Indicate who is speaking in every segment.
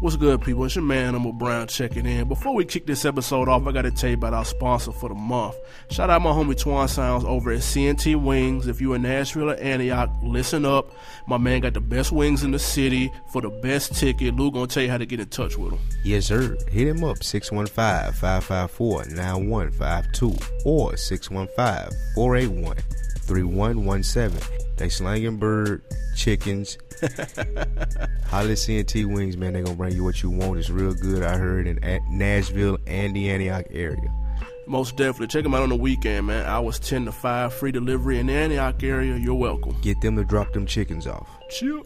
Speaker 1: What's good, people? It's your man, I'm Brown, checking in. Before we kick this episode off, I got to tell you about our sponsor for the month. Shout out my homie Twan Sounds over at CNT Wings. If you're in Nashville or Antioch, listen up. My man got the best wings in the city for the best ticket. Lou gonna tell you how to get in touch with him.
Speaker 2: Yes, sir. Hit him up 615 554 9152 or 615 481 3117. They slanging bird, chickens. Holly T Wings, man. They gonna bring you what you want. It's real good. I heard in A- Nashville and the Antioch area.
Speaker 1: Most definitely. Check them out on the weekend, man. Hours 10 to 5, free delivery in the Antioch area. You're welcome.
Speaker 2: Get them to drop them chickens off.
Speaker 1: Chill.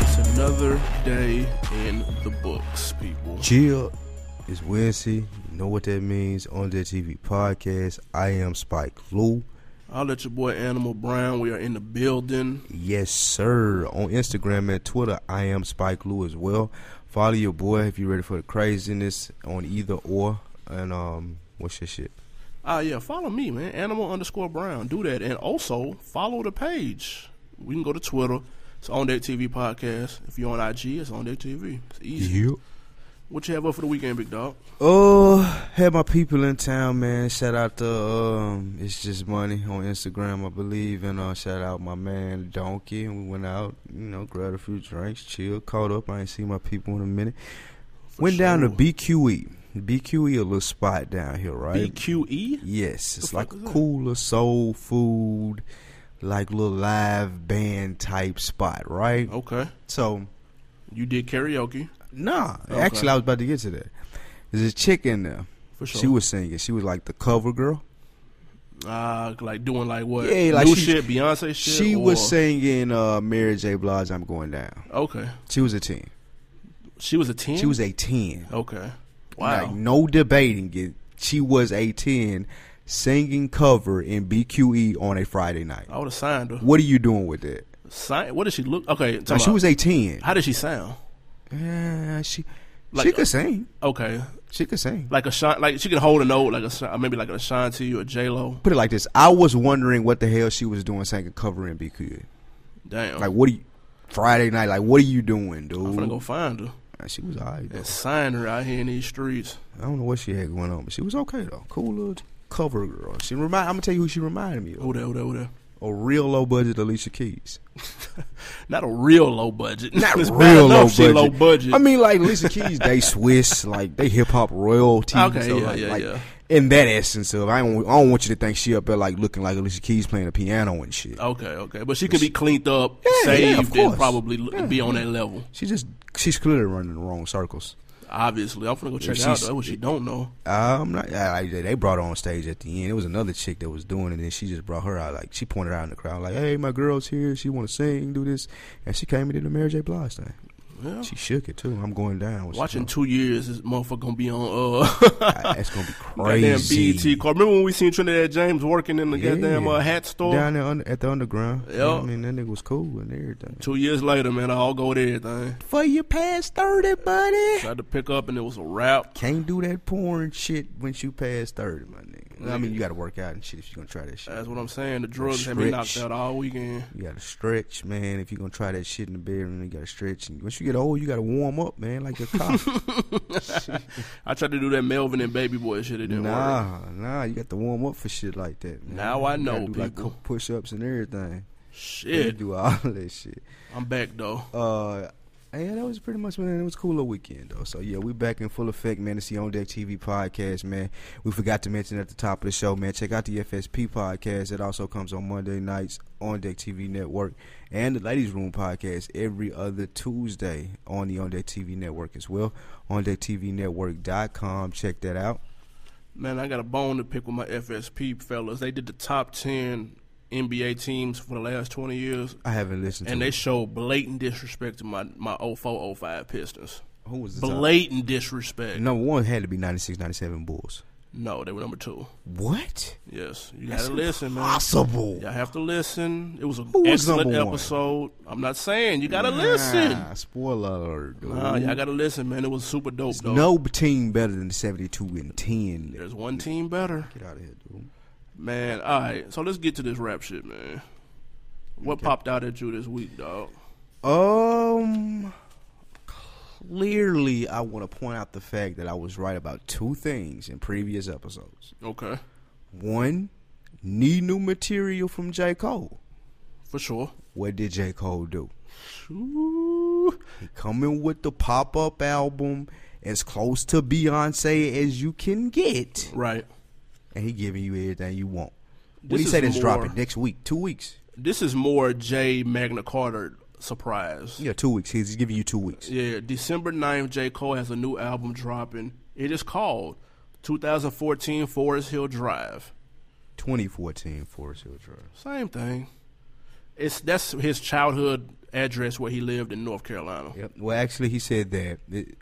Speaker 1: It's another day in the books, people.
Speaker 2: Chill. It's Wednesday. You know what that means on the TV podcast. I am Spike Lou.
Speaker 1: I'll let your boy Animal Brown. We are in the building.
Speaker 2: Yes, sir. On Instagram and Twitter, I am Spike Lou as well. Follow your boy if you're ready for the craziness on either or. And um, what's your shit?
Speaker 1: Ah, yeah, follow me, man. Animal underscore Brown. Do that, and also follow the page. We can go to Twitter. It's on that TV podcast. If you're on IG, it's on that TV. It's easy. What you have up for the weekend, big dog?
Speaker 2: Oh, had my people in town, man. Shout out to um, it's just money on Instagram, I believe, and uh, shout out my man Donkey. And we went out, you know, grabbed a few drinks, chill, caught up. I ain't seen my people in a minute. went down to E.
Speaker 1: sure.
Speaker 2: BQE. BQE, a little spot down here, right?
Speaker 1: E. BQE.
Speaker 2: Yes, it's
Speaker 1: fuck
Speaker 2: like
Speaker 1: is
Speaker 2: a
Speaker 1: that?
Speaker 2: cooler soul food, like little live band type spot, right?
Speaker 1: Okay,
Speaker 2: So
Speaker 1: you did karaoke
Speaker 2: Nah,
Speaker 1: Okay.
Speaker 2: actually, I was about to get to that. There's a chick in there.
Speaker 1: for sure.
Speaker 2: She was singing. She was like the cover girl.
Speaker 1: uh, like doing like what?
Speaker 2: Yeah, like
Speaker 1: new
Speaker 2: she-
Speaker 1: shit, Beyonce shit.
Speaker 2: She
Speaker 1: or-
Speaker 2: was singing uh, Mary J. Blige, I'm Going Down.
Speaker 1: okay.
Speaker 2: She was a 10.
Speaker 1: She was a ten.
Speaker 2: She was a 10.
Speaker 1: okay. Wow.
Speaker 2: Like, no debating it. She was a 10 singing cover in BQE on a Friday night.
Speaker 1: I would have signed her.
Speaker 2: What are you doing with that?
Speaker 1: Sign, what did she look? Okay, talking
Speaker 2: Now, she
Speaker 1: about-
Speaker 2: was a 10.
Speaker 1: How did she sound?
Speaker 2: Yeah, she, she
Speaker 1: Like-
Speaker 2: could sing.
Speaker 1: Okay,
Speaker 2: She could sing.
Speaker 1: like a shot, like she could hold a note, like a Sha- maybe like a Ashanti or J Lo.
Speaker 2: Put it like this. I was wondering what the hell she was doing singing cover in BQE.
Speaker 1: Damn,
Speaker 2: Like, what are you... Friday night, like, what are you doing, dude?
Speaker 1: Oh. I'm gonna go find her
Speaker 2: Uh, She was alright. though.
Speaker 1: and sign her out here in these streets.
Speaker 2: I don't know what she had going on, but she was okay though. Cool little cover girl. She remind. I'm gonna tell you who she reminded me of.
Speaker 1: Who there? Who there? Who there?
Speaker 2: A real low budget Alicia Keys.
Speaker 1: Not a real low budget.
Speaker 2: Not
Speaker 1: It's bad
Speaker 2: real
Speaker 1: enough
Speaker 2: low
Speaker 1: she
Speaker 2: budget.
Speaker 1: low budget.
Speaker 2: I mean, like Alicia Keys, they Swiss, like they hip hop royalty.
Speaker 1: Okay,
Speaker 2: so
Speaker 1: yeah,
Speaker 2: like,
Speaker 1: yeah,
Speaker 2: like,
Speaker 1: yeah.
Speaker 2: In that essence of, I don't, I don't want you to think she up there like looking like Alicia Keys playing the piano and shit.
Speaker 1: okay, okay, but she could be cleaned up,
Speaker 2: Yeah, yeah, of
Speaker 1: saved, and
Speaker 2: course.
Speaker 1: probably look, be on that level.
Speaker 2: She just, she's clearly running the wrong circles.
Speaker 1: Obviously, I'm gonna go check
Speaker 2: If
Speaker 1: out
Speaker 2: she's-
Speaker 1: though, what she don't know.
Speaker 2: I'm Um, not. I, I- they brought her on stage at the end. It was another chick that was doing it, and then she just brought her out. Like she pointed out in the crowd, like, "Hey, my girl's here. She want to sing, do this," and she came and did the Mary J. Blige thing.
Speaker 1: Yeah.
Speaker 2: She shook it too. I'm going down. when she
Speaker 1: Oh. Watching
Speaker 2: come.
Speaker 1: two years, this motherfucker gonna be on uh
Speaker 2: I- That's gonna be
Speaker 1: goddamn E
Speaker 2: crazy.
Speaker 1: BET car. Remember when we seen Trinidad James working in the
Speaker 2: Yeah.
Speaker 1: goddamn uh, hat store?
Speaker 2: down there under, at the underground. You know what
Speaker 1: Yup.
Speaker 2: I mean that nigga was cool and everything.
Speaker 1: Two years later, man, I all go with everything.
Speaker 2: For your past thirty, buddy.
Speaker 1: Tried to pick up and it was a wrap.
Speaker 2: Can't do that porn shit once you pass thirty, my nigga. I mean, you gotta work out and shit if you're gonna try that shit.
Speaker 1: That's what I'm saying. The drugs had me knocked
Speaker 2: Stretch.
Speaker 1: out all weekend.
Speaker 2: You gotta stretch, man. If you're gonna try that shit in the bedroom, you gotta stretch. And once you get old, you gotta warm up, man, like your cock.
Speaker 1: I tried to do that Melvin and Baby Boy shit. It didn't work.
Speaker 2: nah, nah, you got to warm up for shit like that. Man.
Speaker 1: Now I
Speaker 2: You
Speaker 1: know,
Speaker 2: gotta do like
Speaker 1: people.
Speaker 2: couple push-ups and everything. You
Speaker 1: Shit,
Speaker 2: do all that shit.
Speaker 1: I'm back though.
Speaker 2: Uh, yeah, that was pretty much man. It was a cool little weekend though. So yeah, we back in full effect, man. It's the On Deck TV podcast, man. We forgot to mention at the top of the show, man. Check out the FSP podcast. It also comes on Monday nights on Deck TV Network and the Ladies Room podcast every other Tuesday on the On Deck TV Network as well. On Deck TV Network.com. Check that out.
Speaker 1: Man, I got a bone to pick with my FSP fellas. They did the top ten NBA teams for the last 20 years,
Speaker 2: I haven't listened
Speaker 1: and
Speaker 2: to
Speaker 1: they
Speaker 2: it.
Speaker 1: showed blatant disrespect to my, my 04 05 Pistons.
Speaker 2: Who was the top?
Speaker 1: Blatant disrespect.
Speaker 2: Number one had to be 96, 97 Bulls.
Speaker 1: No, they were number two.
Speaker 2: What?
Speaker 1: Yes, you
Speaker 2: That's
Speaker 1: gotta listen, man.
Speaker 2: Possible.
Speaker 1: Y'all have to listen. It was an
Speaker 2: Who was
Speaker 1: excellent
Speaker 2: number one?
Speaker 1: episode. I'm not saying you gotta listen.
Speaker 2: Spoiler alert. dude.
Speaker 1: Nah, y'all gotta listen, man. It was super dope, though.
Speaker 2: no team better than 72 and 10.
Speaker 1: There's one team better.
Speaker 2: Get out of here, dude.
Speaker 1: Man, all right. So let's get to this rap shit, man. What popped out at you this week, dog?
Speaker 2: Um, clearly, I want to point out the fact that I was right about two things in previous episodes.
Speaker 1: Okay,
Speaker 2: One, need new material from J. Cole.
Speaker 1: for sure.
Speaker 2: What did J. Cole do?
Speaker 1: Shoo.
Speaker 2: He coming with the pop up album as close to Beyonce as you can get,
Speaker 1: Right.
Speaker 2: and he giving you everything you want. What
Speaker 1: This
Speaker 2: do you say
Speaker 1: is
Speaker 2: that's
Speaker 1: more-
Speaker 2: dropping next week? Two weeks?
Speaker 1: This is more J. Magna Carta surprise.
Speaker 2: Yeah, two weeks. He's giving you two weeks.
Speaker 1: Yeah, December 9th, J. Cole has a new album dropping. It is called 2014 Forest Hill Drive.
Speaker 2: 2014 Forest Hill Drive.
Speaker 1: Same thing. It's that's his childhood address where he lived in North Carolina.
Speaker 2: Yep. Well, actually, he said that it-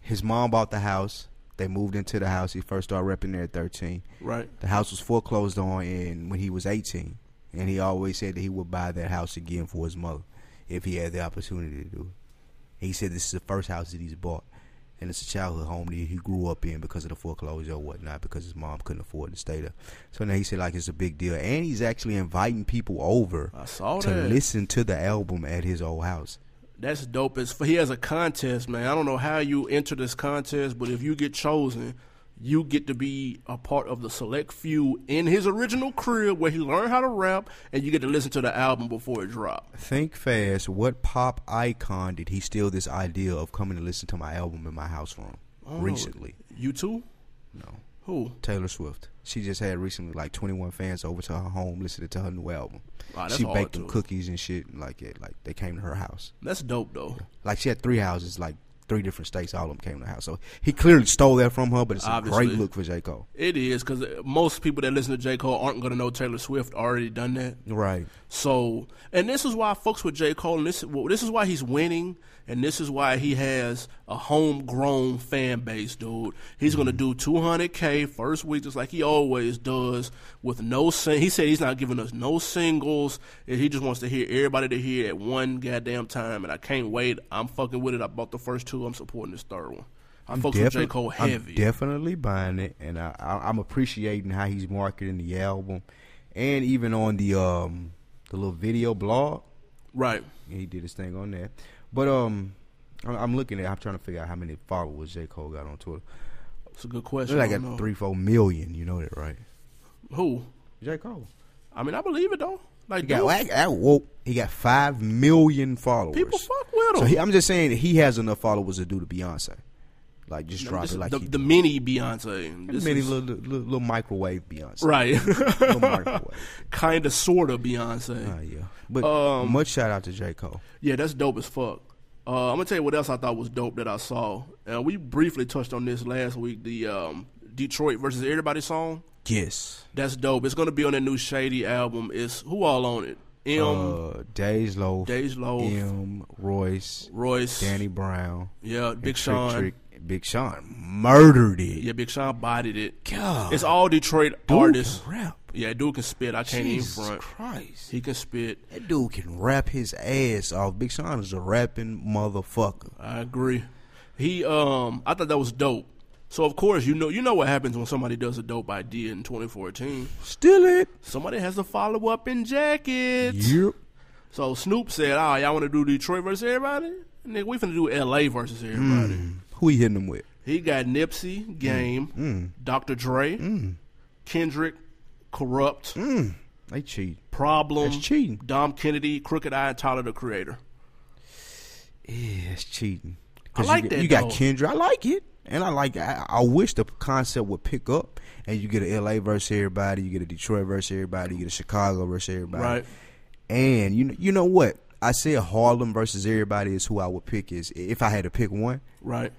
Speaker 2: his mom bought the house. They moved into the house. He first started repping there at 13.
Speaker 1: Right.
Speaker 2: The house was foreclosed on in when he was 18. And he always said that he would buy that house again for his mother if he had the opportunity to do it. He said this is the first house that he's bought. And it's a childhood home that he grew up in because of the foreclosure or whatnot, because his mom couldn't afford to stay there. So now he said, like, it's a big deal. And he's actually inviting people over
Speaker 1: I saw
Speaker 2: to
Speaker 1: that.
Speaker 2: listen to the album at his old house.
Speaker 1: That's dope. As he has a contest, man. I don't know how you enter this contest, but if you get chosen, you get to be a part of the select few in his original crib where he learned how to rap, and you get to listen to the album before it dropped.
Speaker 2: Think fast. What pop icon did he steal this idea of coming to listen to my album in my house room recently?
Speaker 1: You too?
Speaker 2: No.
Speaker 1: Who?
Speaker 2: Taylor Swift. She just had recently like 21 fans over to her home listening to her new album.
Speaker 1: Ah, that's
Speaker 2: she
Speaker 1: all
Speaker 2: baked
Speaker 1: it
Speaker 2: them
Speaker 1: took.
Speaker 2: cookies and shit and like it. Like they came to her house.
Speaker 1: That's dope though.
Speaker 2: Like she had three houses, like three different states. All of them came to her house. So he clearly stole that from her, but it's a
Speaker 1: Obviously.
Speaker 2: great look for J Cole.
Speaker 1: It is because most people that listen to J Cole aren't gonna know Taylor Swift already done that.
Speaker 2: Right.
Speaker 1: So, and this is why I fucks with J. Cole, and this well, this is why he's winning, and this is why he has a homegrown fan base, dude. He's gonna
Speaker 2: Mm-hmm.
Speaker 1: do 200k first week, just like he always does, with no sing. He said he's not giving us no singles, and he just wants to hear everybody to hear at one goddamn time. And I can't wait. I'm fucking with it. I bought the first two. I'm supporting this third one. I fucks with J.
Speaker 2: Defi-
Speaker 1: Cole
Speaker 2: I'm
Speaker 1: heavy.
Speaker 2: definitely buying it, and I, I, I'm appreciating how he's marketing the album, and even on the um the little video blog,
Speaker 1: right.
Speaker 2: he did his thing on that. But um, I- I'm looking at, I'm trying to figure out how many followers J Cole got on Twitter.
Speaker 1: It's a good question.
Speaker 2: Like
Speaker 1: I
Speaker 2: got
Speaker 1: don't know.
Speaker 2: three, four million. You know that, right?
Speaker 1: Who?
Speaker 2: J Cole.
Speaker 1: I mean, I believe it though. Like,
Speaker 2: He got
Speaker 1: dude,
Speaker 2: like, that woke. He got five million followers.
Speaker 1: people fuck with him.
Speaker 2: so he, I'm just saying that he has enough followers to do the Beyonce. Like just
Speaker 1: No,
Speaker 2: drop
Speaker 1: this
Speaker 2: it
Speaker 1: is
Speaker 2: like
Speaker 1: the,
Speaker 2: he
Speaker 1: the
Speaker 2: do.
Speaker 1: mini Beyonce. This
Speaker 2: mini
Speaker 1: is-
Speaker 2: little, little little microwave Beyonce.
Speaker 1: right,
Speaker 2: Little microwave.
Speaker 1: kind of, sort of
Speaker 2: Uh,
Speaker 1: Beyonce.
Speaker 2: yeah. But
Speaker 1: Um,
Speaker 2: much shout out to J. Cole.
Speaker 1: Yeah, that's dope as fuck. Uh, I'm gonna tell you what else I thought was dope that I saw. Uh, we briefly touched on this last week. The um, Detroit versus Everybody song.
Speaker 2: Yes.
Speaker 1: That's dope. It's gonna be on the new Shady album. It's who all on it? M.
Speaker 2: uh, Days Loaf,
Speaker 1: Dej Loaf,
Speaker 2: M, Royce,
Speaker 1: Royce.
Speaker 2: Danny Brown,
Speaker 1: Yeah, Big
Speaker 2: Trick
Speaker 1: Sean.
Speaker 2: Trick. Big Sean murdered it.
Speaker 1: Yeah, Big Sean bodied it.
Speaker 2: God.
Speaker 1: It's all Detroit
Speaker 2: Dude
Speaker 1: artists.
Speaker 2: can rap.
Speaker 1: Yeah, dude can spit. I can't
Speaker 2: Jesus
Speaker 1: even front.
Speaker 2: Christ.
Speaker 1: He can spit.
Speaker 2: That dude can rap his ass off. Big Sean is a rapping motherfucker.
Speaker 1: I agree. He um I thought that was dope. So of course you know you know what happens when somebody does a dope idea in 2014.
Speaker 2: Still it.
Speaker 1: Somebody has to follow up in jackets.
Speaker 2: Yep.
Speaker 1: So Snoop said, "Ah, y'all want to do Detroit versus everybody? Nigga, we finna do L.A. versus everybody."
Speaker 2: Who he hitting him with?
Speaker 1: He got
Speaker 2: Mm.
Speaker 1: Nipsey, Game, Dr. Dre, Kendrick, Corrupt,
Speaker 2: They cheat.
Speaker 1: Problem,
Speaker 2: Mm. That's cheating.
Speaker 1: Dom Kennedy, Crooked Eye, and Tyler the Creator.
Speaker 2: Yeah, it's cheating.
Speaker 1: I
Speaker 2: 'Cause
Speaker 1: like
Speaker 2: you,
Speaker 1: that,
Speaker 2: get- You got
Speaker 1: though.
Speaker 2: Kendra. I like it, and I like. I, I wish the concept would pick up, and you get a LA versus everybody, you get a Detroit versus everybody, you get a Chicago versus everybody,
Speaker 1: Right.
Speaker 2: And you kn- you know what? I said Harlem versus everybody is who I would pick is if I had to pick one.
Speaker 1: Right.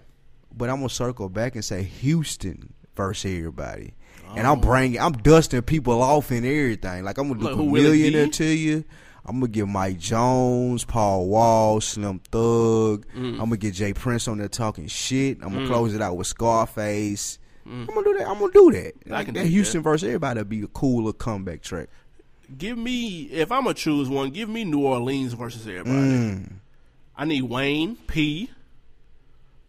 Speaker 2: But I'm gonna circle back and say Houston versus everybody. and I'm bringing, I'm dusting people off and everything. Like I'm gonna
Speaker 1: Oh. Like
Speaker 2: look
Speaker 1: who
Speaker 2: a
Speaker 1: will it
Speaker 2: millionaire
Speaker 1: be?
Speaker 2: to you. I'm gonna get Mike Jones, Paul Wall, Slim Thug.
Speaker 1: Mm.
Speaker 2: I'm gonna get Jay Prince on there talking shit. I'm gonna close it out with Scarface. I'm gonna do that. I'm gonna do that. Like,
Speaker 1: Mm. can
Speaker 2: that
Speaker 1: dig
Speaker 2: Houston versus everybody would be a cooler comeback track.
Speaker 1: Give me if I'm gonna choose one, give me New Orleans versus everybody.
Speaker 2: Mm.
Speaker 1: I need Wayne P,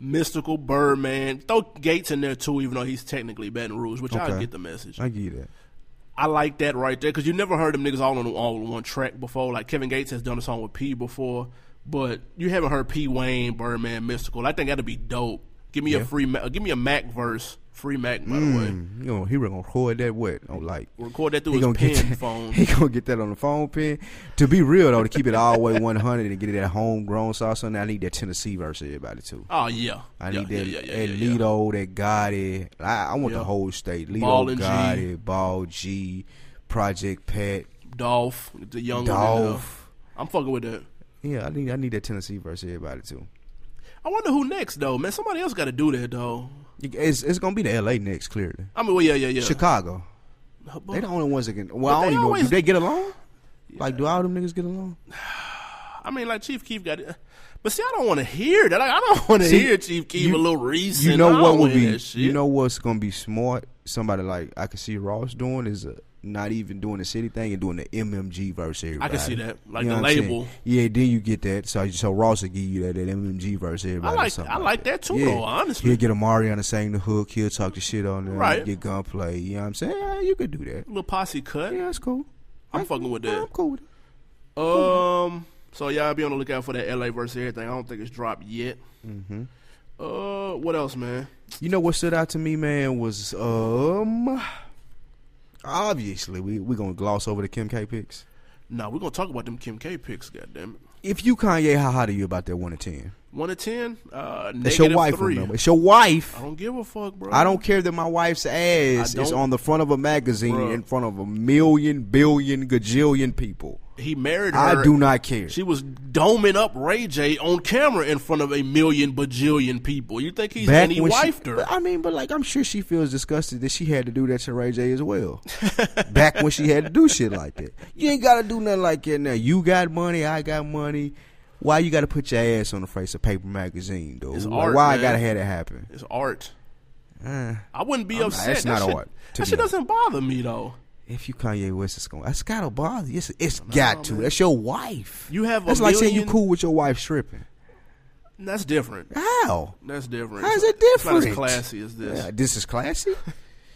Speaker 1: Mystical Birdman. Throw Gates in there too, even though he's technically Baton Rouge, which I
Speaker 2: Okay.
Speaker 1: get the message.
Speaker 2: I get that.
Speaker 1: I like that right there because you never heard them niggas all on all on one track before. Like Kevin Gates has done a song with P before, but you haven't heard P Wayne, Birdman, Mystical. I think that'd be dope. Give me a free, Ma- give me a Mac verse, free Mac by the way.
Speaker 2: Mm, you know, he gonna record that what? Oh, like
Speaker 1: Record that through
Speaker 2: he
Speaker 1: his
Speaker 2: gonna
Speaker 1: pen
Speaker 2: get that,
Speaker 1: phone.
Speaker 2: He gonna get that on the phone pin. To be real though, to keep it all the way one hundred and get it that homegrown sauce on, there, I need that Tennessee versus everybody too.
Speaker 1: oh yeah,
Speaker 2: I
Speaker 1: yeah,
Speaker 2: need
Speaker 1: yeah,
Speaker 2: that
Speaker 1: yeah, yeah,
Speaker 2: that
Speaker 1: yeah, yeah.
Speaker 2: Lido, that Gotti. I, I want
Speaker 1: Yeah.
Speaker 2: the whole state. Lido,
Speaker 1: Ball and G.
Speaker 2: Gotti, Ball G, Project Pat,
Speaker 1: Dolph, the young Dolph.
Speaker 2: Dolph.
Speaker 1: I'm fucking with that.
Speaker 2: Yeah, I need I need that Tennessee versus everybody too.
Speaker 1: I wonder who next though, man. Somebody else got to do that though.
Speaker 2: You- It's it's gonna be the L.A. next, clearly.
Speaker 1: I mean, well, yeah, yeah, yeah.
Speaker 2: Chicago.
Speaker 1: But-
Speaker 2: They the only ones that can.
Speaker 1: But
Speaker 2: Well, I
Speaker 1: they
Speaker 2: don't even.
Speaker 1: always-
Speaker 2: do they get along? Like, do all them niggas get along?
Speaker 1: I mean, like Chief Keef got it, but see, I don't want to hear that. I, I don't want to
Speaker 2: See,
Speaker 1: hear Chief Keef
Speaker 2: you-
Speaker 1: a little reason.
Speaker 2: you know
Speaker 1: I
Speaker 2: what
Speaker 1: don't
Speaker 2: would
Speaker 1: wanna hear
Speaker 2: be
Speaker 1: that shit.
Speaker 2: you know what's gonna be smart somebody like i could see ross doing is uh not even doing the city thing and doing the mmg verse everybody.
Speaker 1: I can see that, like
Speaker 2: You
Speaker 1: the
Speaker 2: know what I'm
Speaker 1: label.
Speaker 2: saying? yeah then you get that so so ross will give you that, that mmg verse everybody
Speaker 1: I
Speaker 2: or
Speaker 1: like
Speaker 2: something
Speaker 1: I like that too, though. Honestly,
Speaker 2: he'll get amari on the same the hook he'll talk the shit on there
Speaker 1: Right.
Speaker 2: get gunplay you know what i'm saying yeah, you could do that
Speaker 1: little posse cut.
Speaker 2: yeah that's cool
Speaker 1: I'm
Speaker 2: I-
Speaker 1: fucking with
Speaker 2: yeah,
Speaker 1: that.
Speaker 2: i'm cool with it
Speaker 1: Um, so y'all be on the lookout for that LA versus everything. I don't think it's dropped yet.
Speaker 2: Mm-hmm.
Speaker 1: Uh, what else, man?
Speaker 2: You know what stood out to me, man, was um obviously we we gonna gloss over the Kim K picks.
Speaker 1: Nah, we're gonna talk about them Kim K picks. Goddamn it.
Speaker 2: If you Kanye, how hot are you about that one to ten?
Speaker 1: One to ten. Uh,
Speaker 2: It's
Speaker 1: negative
Speaker 2: your wife,
Speaker 1: three.
Speaker 2: remember? It's your wife.
Speaker 1: I don't give a fuck, bro.
Speaker 2: I don't care that my wife's ass
Speaker 1: I
Speaker 2: is
Speaker 1: don't-
Speaker 2: on the front of a magazine
Speaker 1: Bruh.
Speaker 2: in front of a million, billion, gajillion people.
Speaker 1: He married her.
Speaker 2: I do not care.
Speaker 1: She was doming up Ray J on camera in front of a million bajillion people. You think he's and he
Speaker 2: when she-
Speaker 1: wifed her?
Speaker 2: but I mean, but like, I'm sure she feels disgusted that she had to do that to Ray J as well. Back when she had to do shit like that, you ain't got to do nothing like that now. You got money, I got money. Why you got to put your ass on the face of paper magazine, dude?
Speaker 1: It's
Speaker 2: Like,
Speaker 1: art,
Speaker 2: why
Speaker 1: man.
Speaker 2: I gotta have that happen?
Speaker 1: It's art.
Speaker 2: Uh,
Speaker 1: I wouldn't be
Speaker 2: I'm not-
Speaker 1: upset.
Speaker 2: that's
Speaker 1: that
Speaker 2: not
Speaker 1: shit,
Speaker 2: art, to
Speaker 1: That
Speaker 2: be
Speaker 1: shit
Speaker 2: honest.
Speaker 1: doesn't bother me though.
Speaker 2: if you Kanye West, it's going. That's gotta bother. you. It's, it's got to. That's your wife.
Speaker 1: You have a
Speaker 2: That's like saying you
Speaker 1: million-
Speaker 2: cool with your wife stripping.
Speaker 1: That's different.
Speaker 2: How?
Speaker 1: That's different.
Speaker 2: How's it
Speaker 1: It's not-
Speaker 2: different?
Speaker 1: It's not as classy as this.
Speaker 2: Yeah, this is classy.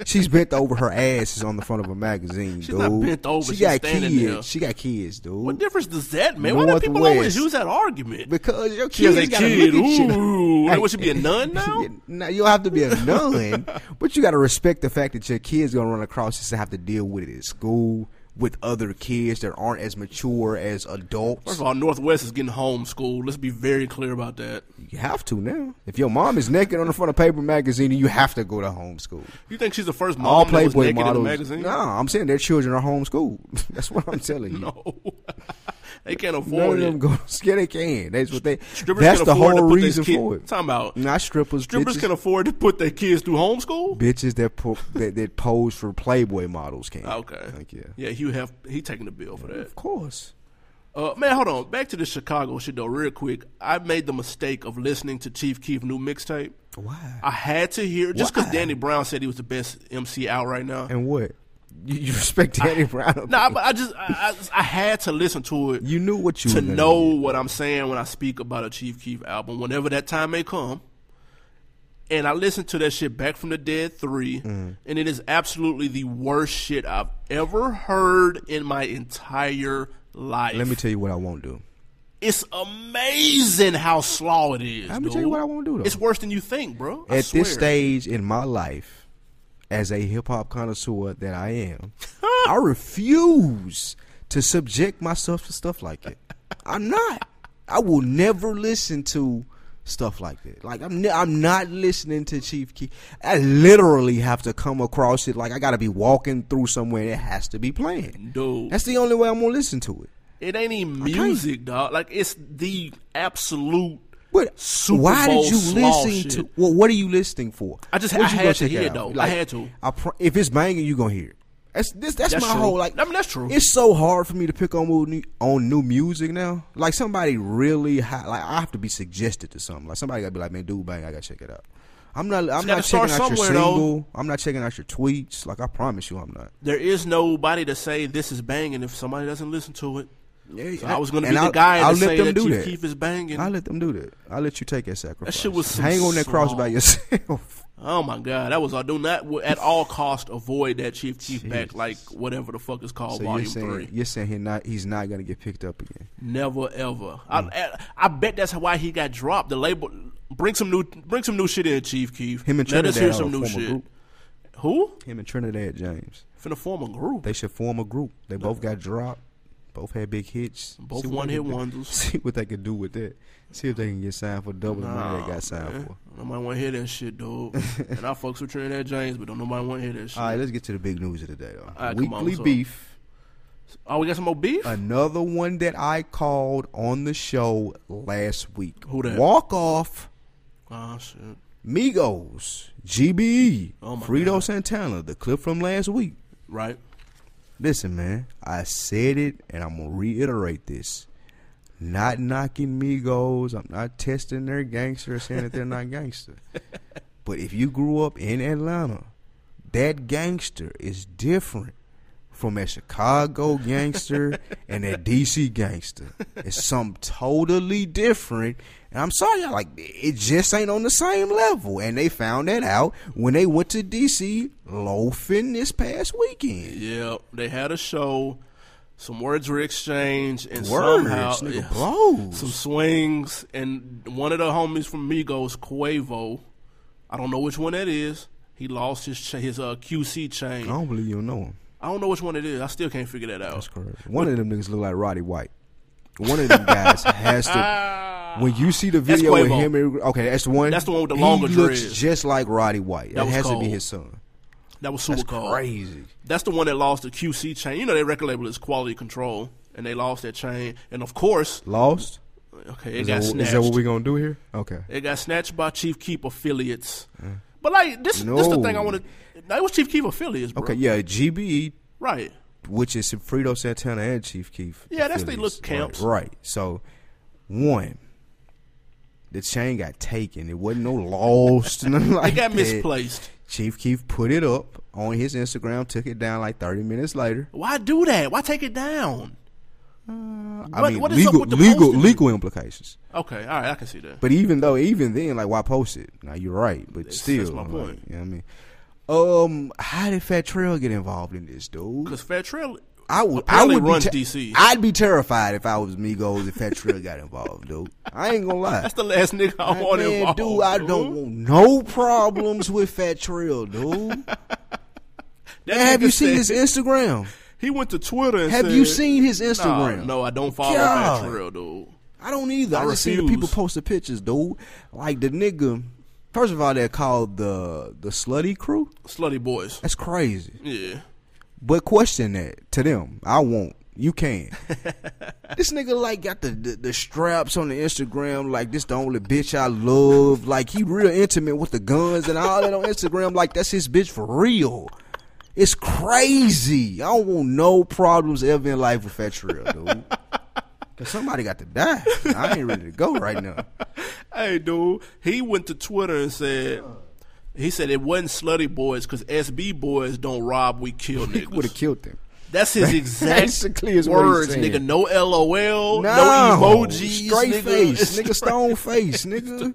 Speaker 2: She's bent over her ass is on the front of a magazine,
Speaker 1: She's
Speaker 2: dude.
Speaker 1: not bent over,
Speaker 2: She
Speaker 1: she's
Speaker 2: got
Speaker 1: standing
Speaker 2: kids.
Speaker 1: there.
Speaker 2: She got kids, dude.
Speaker 1: What difference does that make? Why do people
Speaker 2: Northwest.
Speaker 1: always use that argument?
Speaker 2: because your
Speaker 1: She has
Speaker 2: kids
Speaker 1: a
Speaker 2: gotta
Speaker 1: kid.
Speaker 2: look at you.
Speaker 1: Ooh, what should be a nun now?
Speaker 2: No, you don't have to be a nun, but you got to respect the fact that your kids gonna run across this and have to deal with it at school with other kids that aren't as mature as
Speaker 1: First
Speaker 2: adults.
Speaker 1: of all, Northwest is getting homeschooled. Let's be very clear about that.
Speaker 2: You have to now. If your mom is naked on the front of paper magazine, then you have to go to homeschool.
Speaker 1: You think she's the first mom
Speaker 2: all
Speaker 1: that was
Speaker 2: Playboy
Speaker 1: naked in
Speaker 2: models.
Speaker 1: the magazine?
Speaker 2: No, I'm saying their children are homeschooled. That's what I'm telling you.
Speaker 1: No. they can't
Speaker 2: None
Speaker 1: afford
Speaker 2: of them
Speaker 1: it.
Speaker 2: go. Yeah, they can. That's what they.
Speaker 1: Strippers
Speaker 2: that's
Speaker 1: can
Speaker 2: the
Speaker 1: afford to put
Speaker 2: whole
Speaker 1: their
Speaker 2: reason
Speaker 1: kid-
Speaker 2: for it.
Speaker 1: Time out.
Speaker 2: Not strippers.
Speaker 1: Strippers
Speaker 2: bitches,
Speaker 1: can afford to put their kids through homeschool.
Speaker 2: bitches that, po- that that pose for Playboy models can.
Speaker 1: Okay.
Speaker 2: Like, yeah.
Speaker 1: Yeah, Hugh have he taking the bill for that.
Speaker 2: Of course.
Speaker 1: Uh, man, hold on. Back to the Chicago shit though, real quick. I made the mistake of listening to Chief Keef new mixtape.
Speaker 2: Why?
Speaker 1: I had to hear just because
Speaker 2: Why?
Speaker 1: Danny Brown said he was the best MC out right now.
Speaker 2: and what? You, you respect Danny Brown?
Speaker 1: Nah, but I just I, I, I had to listen to it
Speaker 2: You knew what you
Speaker 1: to
Speaker 2: were gonna
Speaker 1: know
Speaker 2: do.
Speaker 1: what I'm saying when I speak about a Chief Keef album, whenever that time may come. And I listened to that shit back from the Dead 3,
Speaker 2: Mm-hmm.
Speaker 1: and it is absolutely the worst shit I've ever heard in my entire life.
Speaker 2: Let me tell you what I won't do.
Speaker 1: it's amazing how slow it is.
Speaker 2: Let me
Speaker 1: dude.
Speaker 2: tell you what I won't do though.
Speaker 1: It's worse than you think, bro. I
Speaker 2: At
Speaker 1: swear.
Speaker 2: this stage in my life, as a hip hop connoisseur that I am, I refuse to subject myself to stuff like it. I'm not. I will never listen to stuff like that. Like I'm, ne- I'm not listening to Chief Key. I literally have to come across it. Like I got to be walking through somewhere and it has to be playing.
Speaker 1: dude.
Speaker 2: That's the only way I'm gonna listen to it.
Speaker 1: It ain't even music, dog. Like it's the absolute
Speaker 2: But
Speaker 1: Super
Speaker 2: why
Speaker 1: Bowl
Speaker 2: did you
Speaker 1: small
Speaker 2: listen
Speaker 1: shit.
Speaker 2: to? Well, what are you listening for?
Speaker 1: I just-
Speaker 2: What
Speaker 1: I
Speaker 2: you
Speaker 1: had
Speaker 2: gonna
Speaker 1: to
Speaker 2: check
Speaker 1: hear it,
Speaker 2: out?
Speaker 1: though. I had to.
Speaker 2: I pr- if it's banging, you gonna hear. it. That's this. That's,
Speaker 1: That's
Speaker 2: my
Speaker 1: true.
Speaker 2: whole like.
Speaker 1: I mean, that's true.
Speaker 2: It's so hard for me to pick on mo- new, on new music now. Like somebody really high, like I have to be suggested to something. Like somebody gotta be like, man, dude, bang, I gotta check it out. I'm not. I'm
Speaker 1: gotta
Speaker 2: not checking
Speaker 1: start
Speaker 2: out your
Speaker 1: somewhere, though.
Speaker 2: single. I'm not checking out your tweets. Like I promise you, I'm not.
Speaker 1: There is nobody to say this is banging if somebody doesn't listen to it.
Speaker 2: Yeah,
Speaker 1: So I was going to
Speaker 2: and
Speaker 1: be the
Speaker 2: I'll-
Speaker 1: guy
Speaker 2: I'll
Speaker 1: to
Speaker 2: let
Speaker 1: say
Speaker 2: them
Speaker 1: that
Speaker 2: do
Speaker 1: Chief
Speaker 2: that.
Speaker 1: Keef is banging.
Speaker 2: I let them do that. I let you take that sacrifice.
Speaker 1: shit was some
Speaker 2: hang on that cross
Speaker 1: slaw.
Speaker 2: by yourself.
Speaker 1: oh my god, that was all. Do not w- at all cost avoid that Chief Keef back like whatever the fuck is called
Speaker 2: so you're
Speaker 1: Volume
Speaker 2: saying
Speaker 1: Three.
Speaker 2: you're saying he not he's not gonna get picked up again.
Speaker 1: Never
Speaker 2: Mm.
Speaker 1: ever. I, I I bet that's why he got dropped. The label bring some new bring some new shit in, Chief Keef.
Speaker 2: Him and
Speaker 1: Let
Speaker 2: Trinidad
Speaker 1: us hear
Speaker 2: ought to
Speaker 1: some new
Speaker 2: form a
Speaker 1: shit.
Speaker 2: group.
Speaker 1: Who?
Speaker 2: Him and Trinidad James.
Speaker 1: Finna form a group.
Speaker 2: They should form a group. They both got dropped. Both had big hits.
Speaker 1: Both
Speaker 2: See what
Speaker 1: one
Speaker 2: they
Speaker 1: hit
Speaker 2: can do-
Speaker 1: wonders.
Speaker 2: See what they can do with that. See if they can get signed for double the money
Speaker 1: Nah,
Speaker 2: they got signed
Speaker 1: man.
Speaker 2: for.
Speaker 1: Nobody want to hear that shit, dude. and I fucks with Trinidad James, but don't nobody want to hear that shit.
Speaker 2: All right, let's get to the big news of the day, though.
Speaker 1: All right, come on,
Speaker 2: Weekly
Speaker 1: what's up?
Speaker 2: beef.
Speaker 1: oh, we got some more beef.
Speaker 2: Another one that I called on the show last week.
Speaker 1: Who that?
Speaker 2: Walk off
Speaker 1: oh shit.
Speaker 2: Migos, GBE,
Speaker 1: Oh, my
Speaker 2: Frito Santana, the clip from last week.
Speaker 1: Right.
Speaker 2: Listen, man, I said it and I'm gonna reiterate this. Not knocking Migos. I'm not testing their gangster or saying that they're not gangster. But if you grew up in Atlanta, that gangster is different from that Chicago gangster and that DC gangster. It's something totally different. And I'm sorry, y'all, like it just ain't on the same level. And they found that out when they went to DC loafing this past weekend.
Speaker 1: Yeah, they had a show. Some words were exchanged, and
Speaker 2: Words,
Speaker 1: somehow
Speaker 2: nigga,
Speaker 1: yeah,
Speaker 2: blows.
Speaker 1: some swings, and one of the homies from Migos, Quavo. I don't know which one that is. He lost his cha- his uh, QC chain.
Speaker 2: I don't believe you know him.
Speaker 1: I don't know which one it is. I still can't figure that out.
Speaker 2: That's crazy. One of them niggas look like Roddy White. One of them guys has to.
Speaker 1: Ah,
Speaker 2: When you see the
Speaker 1: That's
Speaker 2: video with
Speaker 1: Quavo.
Speaker 2: him, and- okay, that's the one.
Speaker 1: That's the one with the
Speaker 2: he
Speaker 1: longer
Speaker 2: looks
Speaker 1: dreads.
Speaker 2: just like Roddy White.
Speaker 1: That
Speaker 2: That it
Speaker 1: was
Speaker 2: has to
Speaker 1: cold.
Speaker 2: be his son.
Speaker 1: that was super cold.
Speaker 2: Crazy.
Speaker 1: That's the one that lost the QC chain. You know their record label is Quality Control, and they lost that chain. And of course,
Speaker 2: Lost.
Speaker 1: okay, it
Speaker 2: Is
Speaker 1: got
Speaker 2: that,
Speaker 1: snatched.
Speaker 2: is that what we gonna do here? Okay.
Speaker 1: It got snatched by Chief Keep affiliates. But like this, this the
Speaker 2: No.
Speaker 1: thing I want to. That was Chief Keep affiliates, bro.
Speaker 2: Okay. Yeah. GBE,
Speaker 1: Right.
Speaker 2: which is Frito Santana and Chief Keef.
Speaker 1: Yeah, that's they
Speaker 2: affiliates.
Speaker 1: look camps.
Speaker 2: Right, right. So, one. The chain got taken. It wasn't no lost. nothing
Speaker 1: It
Speaker 2: like
Speaker 1: got
Speaker 2: that.
Speaker 1: misplaced.
Speaker 2: Chief Keef put it up on his Instagram, took it down like 30 minutes later.
Speaker 1: Why do that? Why take it down?
Speaker 2: I
Speaker 1: Uh, What-
Speaker 2: mean,
Speaker 1: what is up
Speaker 2: legal,
Speaker 1: with the
Speaker 2: legal,
Speaker 1: posting?
Speaker 2: legal implications.
Speaker 1: Okay, all right, I can see that.
Speaker 2: But even though, even then, like, why post it? Now you're right, but
Speaker 1: That's-
Speaker 2: still,
Speaker 1: that's my
Speaker 2: I'm like,
Speaker 1: point.
Speaker 2: you know what I mean, um, how did Fat Trail get involved in this, dude?
Speaker 1: Because Fair Trail,
Speaker 2: I would, I
Speaker 1: apparently
Speaker 2: would
Speaker 1: runs
Speaker 2: be te-
Speaker 1: DC.
Speaker 2: I'd be terrified if I was Migos if Fat Trail got involved, dude. I ain't gonna lie.
Speaker 1: that's the last nigga I
Speaker 2: Like,
Speaker 1: want
Speaker 2: man,
Speaker 1: involved.
Speaker 2: dude, I don't want no problems with Fat Trail, dude. Man,
Speaker 1: That
Speaker 2: have
Speaker 1: nigga
Speaker 2: you seen his
Speaker 1: said-
Speaker 2: Instagram?
Speaker 1: He went to Twitter and
Speaker 2: Have
Speaker 1: said,
Speaker 2: you seen his
Speaker 1: Nah,
Speaker 2: Instagram?
Speaker 1: no, I don't follow
Speaker 2: God.
Speaker 1: Fair Trail, dude.
Speaker 2: I don't either. I,
Speaker 1: I
Speaker 2: just see the
Speaker 1: refuse.
Speaker 2: people post the pictures, dude. Like the nigga. First of all, they're called the the slutty crew.
Speaker 1: Slutty boys.
Speaker 2: That's crazy.
Speaker 1: Yeah.
Speaker 2: But question that to them. I won't. You can. this nigga like got the, the the straps on the Instagram. Like this the only bitch I love. Like he real intimate with the guns and all that on Instagram. Like that's his bitch for real. It's crazy. I don't want no problems ever in life with Fat Trill, dude. Cause somebody got to die. I ain't ready to go right now.
Speaker 1: Hey, dude, he went to Twitter and said, he said it wasn't slutty boys because SB boys don't rob, we kill
Speaker 2: Would have
Speaker 1: niggas.
Speaker 2: killed them.
Speaker 1: That's his exact
Speaker 2: Basically is what he's
Speaker 1: words,
Speaker 2: saying.
Speaker 1: nigga. No LOL, no, emojis,
Speaker 2: straight
Speaker 1: nigga.
Speaker 2: face, nigga, stone face, nigga.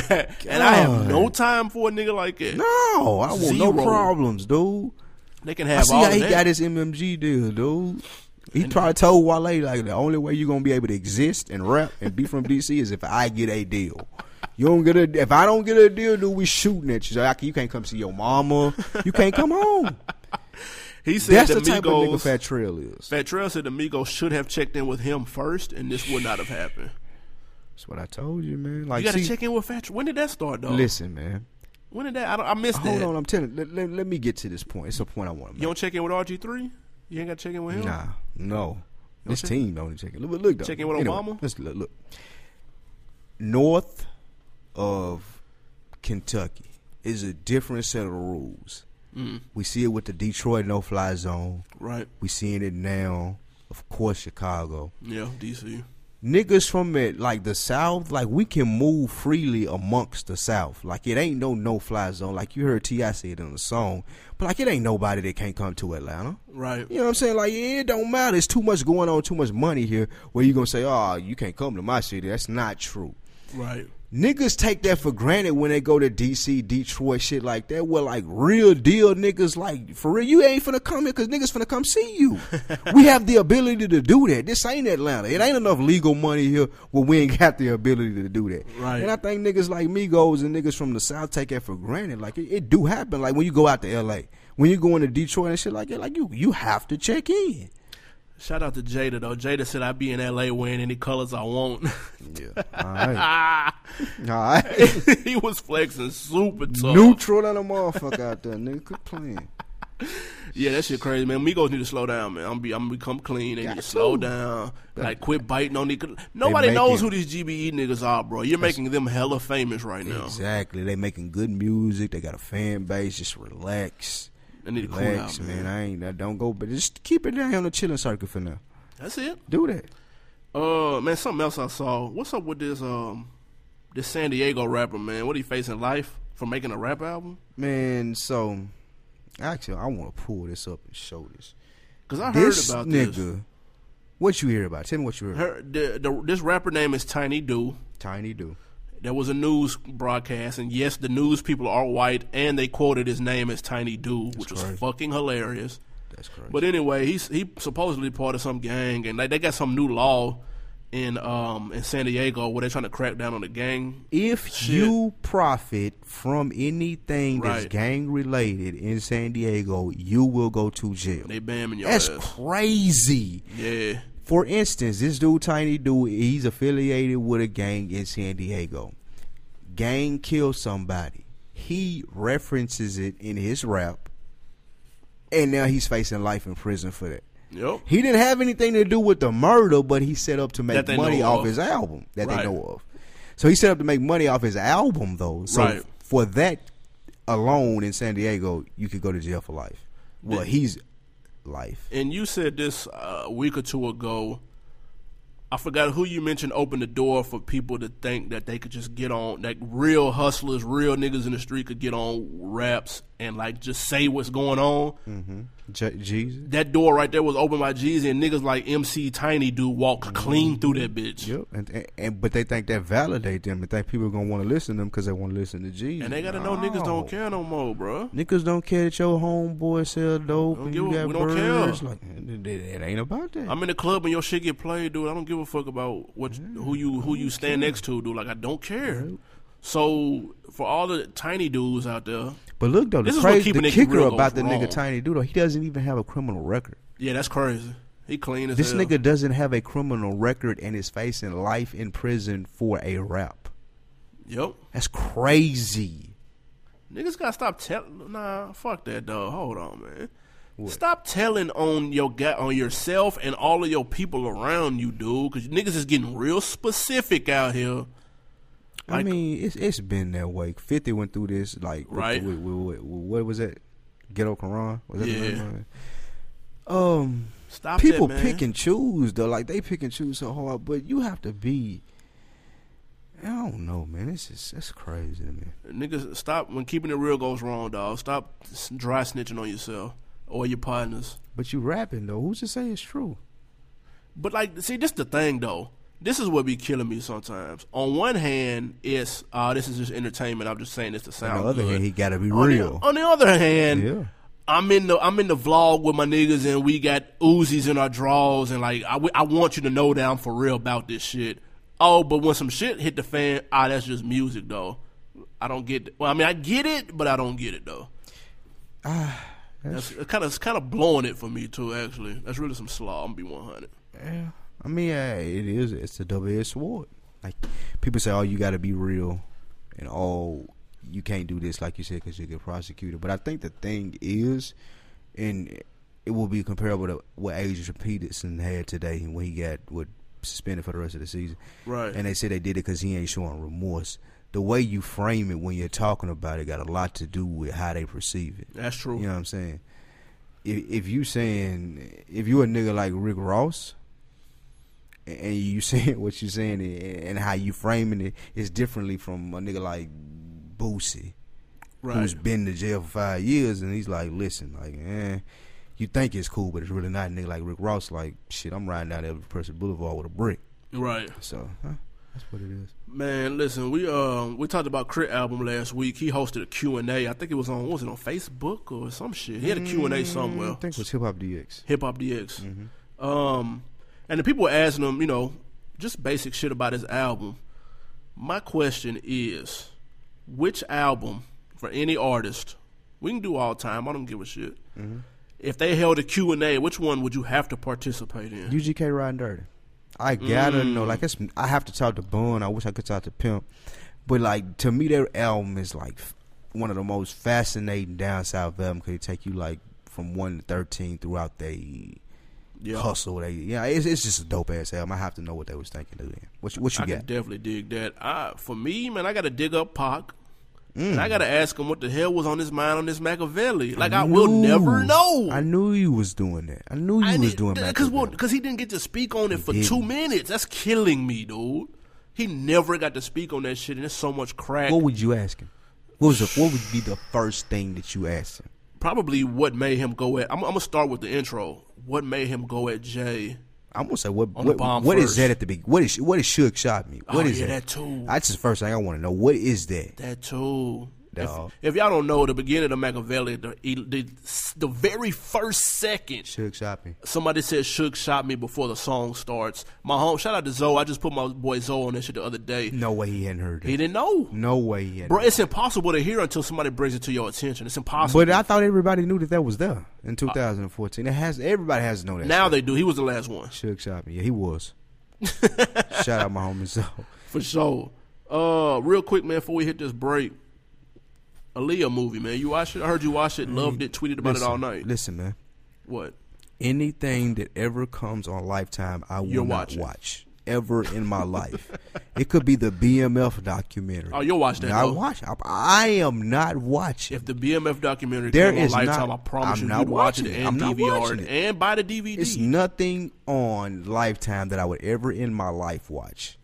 Speaker 1: and I have no time for a nigga like that.
Speaker 2: No, I want no
Speaker 1: Zero.
Speaker 2: problems, dude.
Speaker 1: They can
Speaker 2: I
Speaker 1: have
Speaker 2: see
Speaker 1: all
Speaker 2: how
Speaker 1: of
Speaker 2: he
Speaker 1: that.
Speaker 2: got his MMG deal, dude. He probably told Wale like the only way you're gonna be able to exist and rap and be from DC is if I get a deal. You don't get a if I don't get a deal, dude, we shooting at you. Like, you can't come see your mama. You can't come home.
Speaker 1: he said
Speaker 2: That's
Speaker 1: the
Speaker 2: the type of nigga
Speaker 1: Migos.
Speaker 2: Fat Trail is.
Speaker 1: Fat Trail said the Migos should have checked in with him first, and this would not have happened.
Speaker 2: That's what I told you, man.
Speaker 1: You
Speaker 2: Like,
Speaker 1: got to
Speaker 2: see,
Speaker 1: check in with Fat. Trail. When did that start, though?
Speaker 2: listen, man.
Speaker 1: When did that? I, don't, I missed
Speaker 2: Hold
Speaker 1: that.
Speaker 2: on, I'm telling. Let, let, let me get to this point. It's a point I want to
Speaker 1: You
Speaker 2: make.
Speaker 1: don't check in with RG three. You ain't got to check in with him.
Speaker 2: Nah, no. This
Speaker 1: check-
Speaker 2: team don't even check it. Look, but look though.
Speaker 1: Check in with
Speaker 2: Anyway,
Speaker 1: Obama?
Speaker 2: Let's look. look. north of Kentucky is a different set of rules.
Speaker 1: Mm,
Speaker 2: We see it with the Detroit no fly zone.
Speaker 1: right.
Speaker 2: We seeing it now, of course, Chicago.
Speaker 1: Yeah, DC.
Speaker 2: Niggas from it like the South, like we can move freely amongst the South. Like it ain't no no fly zone. Like you heard T I say it in the song. But like it ain't nobody that can't come to Atlanta.
Speaker 1: Right.
Speaker 2: You know what I'm saying? Like it don't matter. It's too much going on, too much money here where you gonna say, Oh, you can't come to my city. That's not true.
Speaker 1: Right.
Speaker 2: Niggas take that for granted when they go to DC, Detroit, shit like that. Where like real deal niggas, like for real, you ain't finna come here because niggas finna come see you. we have the ability to do that. This ain't Atlanta. It ain't enough legal money here where we ain't got the ability to do that.
Speaker 1: Right.
Speaker 2: And I think niggas like Migos and niggas from the South take that for granted. Like it, it do happen. Like when you go out to LA, when you go into Detroit and shit like that, like you you have to check in.
Speaker 1: Shout out to Jada though. Jada said I'd be in LA wearing any colors I want.
Speaker 2: Yeah. All right.
Speaker 1: ah,
Speaker 2: All right.
Speaker 1: he was flexing super tough.
Speaker 2: Neutral than a motherfucker out there, nigga. Quit playing.
Speaker 1: Yeah, that shit crazy, man. Migos need to slow down, man. I'm be, I'm gonna become clean. They need
Speaker 2: Got
Speaker 1: to slow
Speaker 2: to.
Speaker 1: down. Like, quit biting on niggas. Nobody
Speaker 2: making-
Speaker 1: knows who these GBE niggas are, bro. You're making them hella famous right now.
Speaker 2: Exactly. They making good music. They got a fan base. Just relax.
Speaker 1: They need to cool
Speaker 2: Relax,
Speaker 1: out, man.
Speaker 2: man. I ain't. I don't go. But just keep it down on the chilling circuit for now.
Speaker 1: That's it.
Speaker 2: Do that.
Speaker 1: Uh, man, something else I saw. What's up with this um, this San Diego rapper, man? What he facing life for making a rap album?
Speaker 2: Man, so actually, I want to pull this up and show this.
Speaker 1: Because I heard
Speaker 2: this
Speaker 1: about
Speaker 2: nigga.
Speaker 1: this.
Speaker 2: What you hear about? Tell me what you heard.
Speaker 1: Her, the, the, this rapper name is Tiny Do.
Speaker 2: Tiny do.
Speaker 1: There was a news broadcast, and yes, the news people are white, and they quoted his name as Tiny Do, which was
Speaker 2: crazy.
Speaker 1: fucking hilarious.
Speaker 2: That's crazy.
Speaker 1: But anyway, he's he supposedly part of some gang, and like they got some new law in um in San Diego where they're trying to crack down on the gang.
Speaker 2: if you profit from anything that's
Speaker 1: Right.
Speaker 2: gang related in San Diego, you will go to jail.
Speaker 1: They bamming your
Speaker 2: That's
Speaker 1: ass.
Speaker 2: crazy.
Speaker 1: Yeah,
Speaker 2: For instance, this dude, Tiny Dude, he's affiliated with a gang in San Diego. Gang kills somebody. He references it in his rap, and now he's facing life in prison for that.
Speaker 1: yep.
Speaker 2: He didn't have anything to do with the murder, but he set up to
Speaker 1: That
Speaker 2: make
Speaker 1: they
Speaker 2: money
Speaker 1: know
Speaker 2: off
Speaker 1: of.
Speaker 2: his album that
Speaker 1: Right.
Speaker 2: they know of. So he set up to make money off his album, though. So
Speaker 1: Right.
Speaker 2: for that alone in San Diego, you could go to jail for life. Well, he's life.
Speaker 1: And you said this uh, a week or two ago. I forgot who you mentioned opened the door for people to think that they could just get on, like real hustlers, real niggas in the street could get on raps and like just say what's going on.
Speaker 2: J- Jesus.
Speaker 1: That door right there was opened by Jeezy, and niggas like MC Tiny Dude walked clean through that bitch.
Speaker 2: Yep, and, and, and but they think that validate them, and think people are gonna want to listen to them because they want to listen to Jesus.
Speaker 1: And they gotta know niggas don't care no more, bro.
Speaker 2: Niggas don't care that your homeboy sell dope
Speaker 1: Don't
Speaker 2: and
Speaker 1: give
Speaker 2: you
Speaker 1: a-
Speaker 2: got
Speaker 1: we don't
Speaker 2: birds.
Speaker 1: care.
Speaker 2: Like it, it ain't about that.
Speaker 1: I'm in the club and your shit get played, dude. I don't give a fuck about what who you who you stand next to, dude. Like I don't care. So for all the tiny dudes out there,
Speaker 2: but look though, the,
Speaker 1: This is what
Speaker 2: crazy,
Speaker 1: keeping
Speaker 2: the
Speaker 1: it
Speaker 2: kicker
Speaker 1: real goes
Speaker 2: about the nigga
Speaker 1: wrong.
Speaker 2: Tiny Dude, though, he doesn't even have a criminal record.
Speaker 1: yeah, that's crazy. He clean as
Speaker 2: This
Speaker 1: hell.
Speaker 2: nigga doesn't have a criminal record and is facing life in prison for a rap.
Speaker 1: Yep.
Speaker 2: That's crazy.
Speaker 1: Niggas gotta stop telling. Nah, fuck that, dog. Hold on, man. Stop telling on your guy, on yourself and all of your people around you, dude. Because niggas is getting real specific out here.
Speaker 2: I
Speaker 1: Like-
Speaker 2: mean, it's it's been that way. Fifty went through this, like with-
Speaker 1: Right.
Speaker 2: With, with, with- what was that? Ghetto Quran? Was that the
Speaker 1: Yeah.
Speaker 2: name of it? Um,
Speaker 1: Stop. that,
Speaker 2: people
Speaker 1: man.
Speaker 2: pick and choose though. Like they pick and choose so hard, but you have to be. I don't know, man. This is that's crazy to me.
Speaker 1: Niggas, stop when keeping it real goes wrong, dog. Stop s- dry snitching on yourself or your partners.
Speaker 2: But you rapping though. Who's to say it's true?
Speaker 1: But like, see, this the thing though. This is what be killing me sometimes. On one hand, it's uh, this is just entertainment. I'm just saying this to sound
Speaker 2: On the other
Speaker 1: good.
Speaker 2: hand, he got to be
Speaker 1: on,
Speaker 2: real.
Speaker 1: The, on the other hand,
Speaker 2: Yeah.
Speaker 1: I'm in the I'm in the vlog with my niggas and we got Uzis in our draws and like I, w- I want you to know that I'm for real about this shit. Oh, but when some shit hit the fan, ah, that's just music though. I don't get. Well, I mean, I get it, but I don't get it though.
Speaker 2: Ah,
Speaker 1: That's kind of kind of blowing it for me too. Actually, that's really some slaw. I'm gonna be 100.
Speaker 2: Yeah. I mean, uh, it is. It's a double edged sword. Like people say, oh, you got to be real, and oh, you can't do this, like you said, because you get prosecuted. But I think the thing is, and it will be comparable to what Adrian Peterson had today when he got what suspended for the rest of the season.
Speaker 1: Right.
Speaker 2: And they said they did it because he ain't showing remorse. The way you frame it when you're talking about it got a lot to do with how they perceive it.
Speaker 1: That's true.
Speaker 2: You know what I'm saying? If, if you saying if you a nigga like Rick Ross, and you saying what you saying and and how you framing it is differently from a nigga like Boosie,
Speaker 1: right.
Speaker 2: who's been to jail for five years, and he's like, listen, like, eh, you think it's cool, but it's really not. Nigga like Rick Ross, like, shit, I'm riding down every person boulevard with a brick.
Speaker 1: right.
Speaker 2: So huh? that's what it is.
Speaker 1: Man, listen, we um we talked about Crit album last week. He hosted a Q&A. I think it was on what was it on Facebook or some shit. He had a Q&A somewhere.
Speaker 2: Mm, I think Mm-hmm. it was Hip Hop DX.
Speaker 1: Hip Hop DX. Um, and the people were asking him, you know, just basic shit about his album. My question is, which album for any artist we can do all time? I don't give a shit.
Speaker 2: Mm-hmm.
Speaker 1: If they held a Q and A, which one would you have to participate in?
Speaker 2: UGK riding dirty. I gotta know. Like it's, I have to talk to Bun. I wish I could talk to Pimp. But like to me, their album is like f- one of the most fascinating down south album. Could take you like from one to thirteen throughout they
Speaker 1: yeah,
Speaker 2: hustle. They yeah, it's, it's just a dope ass album. I have to know what they was thinking. Of then. What you, what you
Speaker 1: I
Speaker 2: got?
Speaker 1: can definitely dig that. I for me, man, I got to dig up Pac. And
Speaker 2: Mm.
Speaker 1: I gotta ask him what the hell was on his mind on this Machiavelli. Like I, will
Speaker 2: Knew.
Speaker 1: never know.
Speaker 2: I knew you was doing that. I knew you was doing that
Speaker 1: because because he didn't get to speak on it for two
Speaker 2: didn't.
Speaker 1: minutes. That's killing me, dude. He never got to speak on that shit, and there's so much crack.
Speaker 2: What would you ask him? What was the, what would be the first thing that you asked him?
Speaker 1: Probably what made him go at. I'm, I'm gonna start with the intro. What made him go at Jay?
Speaker 2: I'm gonna say what
Speaker 1: the
Speaker 2: what,
Speaker 1: bomb
Speaker 2: what
Speaker 1: first.
Speaker 2: is that at the beginning? What is what is Suge shot me? What
Speaker 1: Oh,
Speaker 2: is
Speaker 1: yeah,
Speaker 2: that?
Speaker 1: that too.
Speaker 2: That's the first thing I want to know. What is that?
Speaker 1: That too. If,
Speaker 2: Dog.
Speaker 1: if y'all don't know, the beginning of Machiavelli, the, e, the the very first second,
Speaker 2: Suge shot me.
Speaker 1: Somebody said Shook shot me before the song starts. My home shout out to Zoe. I just put my boy Zoe on that shit the other day.
Speaker 2: No way he hadn't heard
Speaker 1: He
Speaker 2: it.
Speaker 1: didn't know.
Speaker 2: No way he hadn't.
Speaker 1: Bro, it's impossible to hear until somebody brings it to your attention. It's impossible.
Speaker 2: but I thought everybody knew that that was there in 2014. It has everybody has to know that.
Speaker 1: Uh, now they do. He was the last one.
Speaker 2: Suge shot me. Yeah, he was. Shout out my homie Zoe.
Speaker 1: For sure. Uh real quick, man, before we hit this break. Aaliyah movie, man. You watched it? I heard you watched it, loved it, tweeted about it all night.
Speaker 2: Listen, man.
Speaker 1: What?
Speaker 2: anything that ever comes on Lifetime, I will
Speaker 1: You're
Speaker 2: not
Speaker 1: watching.
Speaker 2: watch ever in my life. it could be the BMF documentary.
Speaker 1: Oh, you'll watch that,
Speaker 2: I
Speaker 1: though.
Speaker 2: watch. I, I am not watching.
Speaker 1: If the BMF documentary
Speaker 2: There
Speaker 1: came on
Speaker 2: is
Speaker 1: Lifetime,
Speaker 2: not-
Speaker 1: I promise
Speaker 2: I'm
Speaker 1: you,
Speaker 2: not
Speaker 1: you'd watch
Speaker 2: watching
Speaker 1: it
Speaker 2: it.
Speaker 1: and
Speaker 2: I'm not
Speaker 1: DVR
Speaker 2: watching
Speaker 1: it
Speaker 2: it.
Speaker 1: and buy the DVD.
Speaker 2: it's nothing on Lifetime that I would ever in my life watch.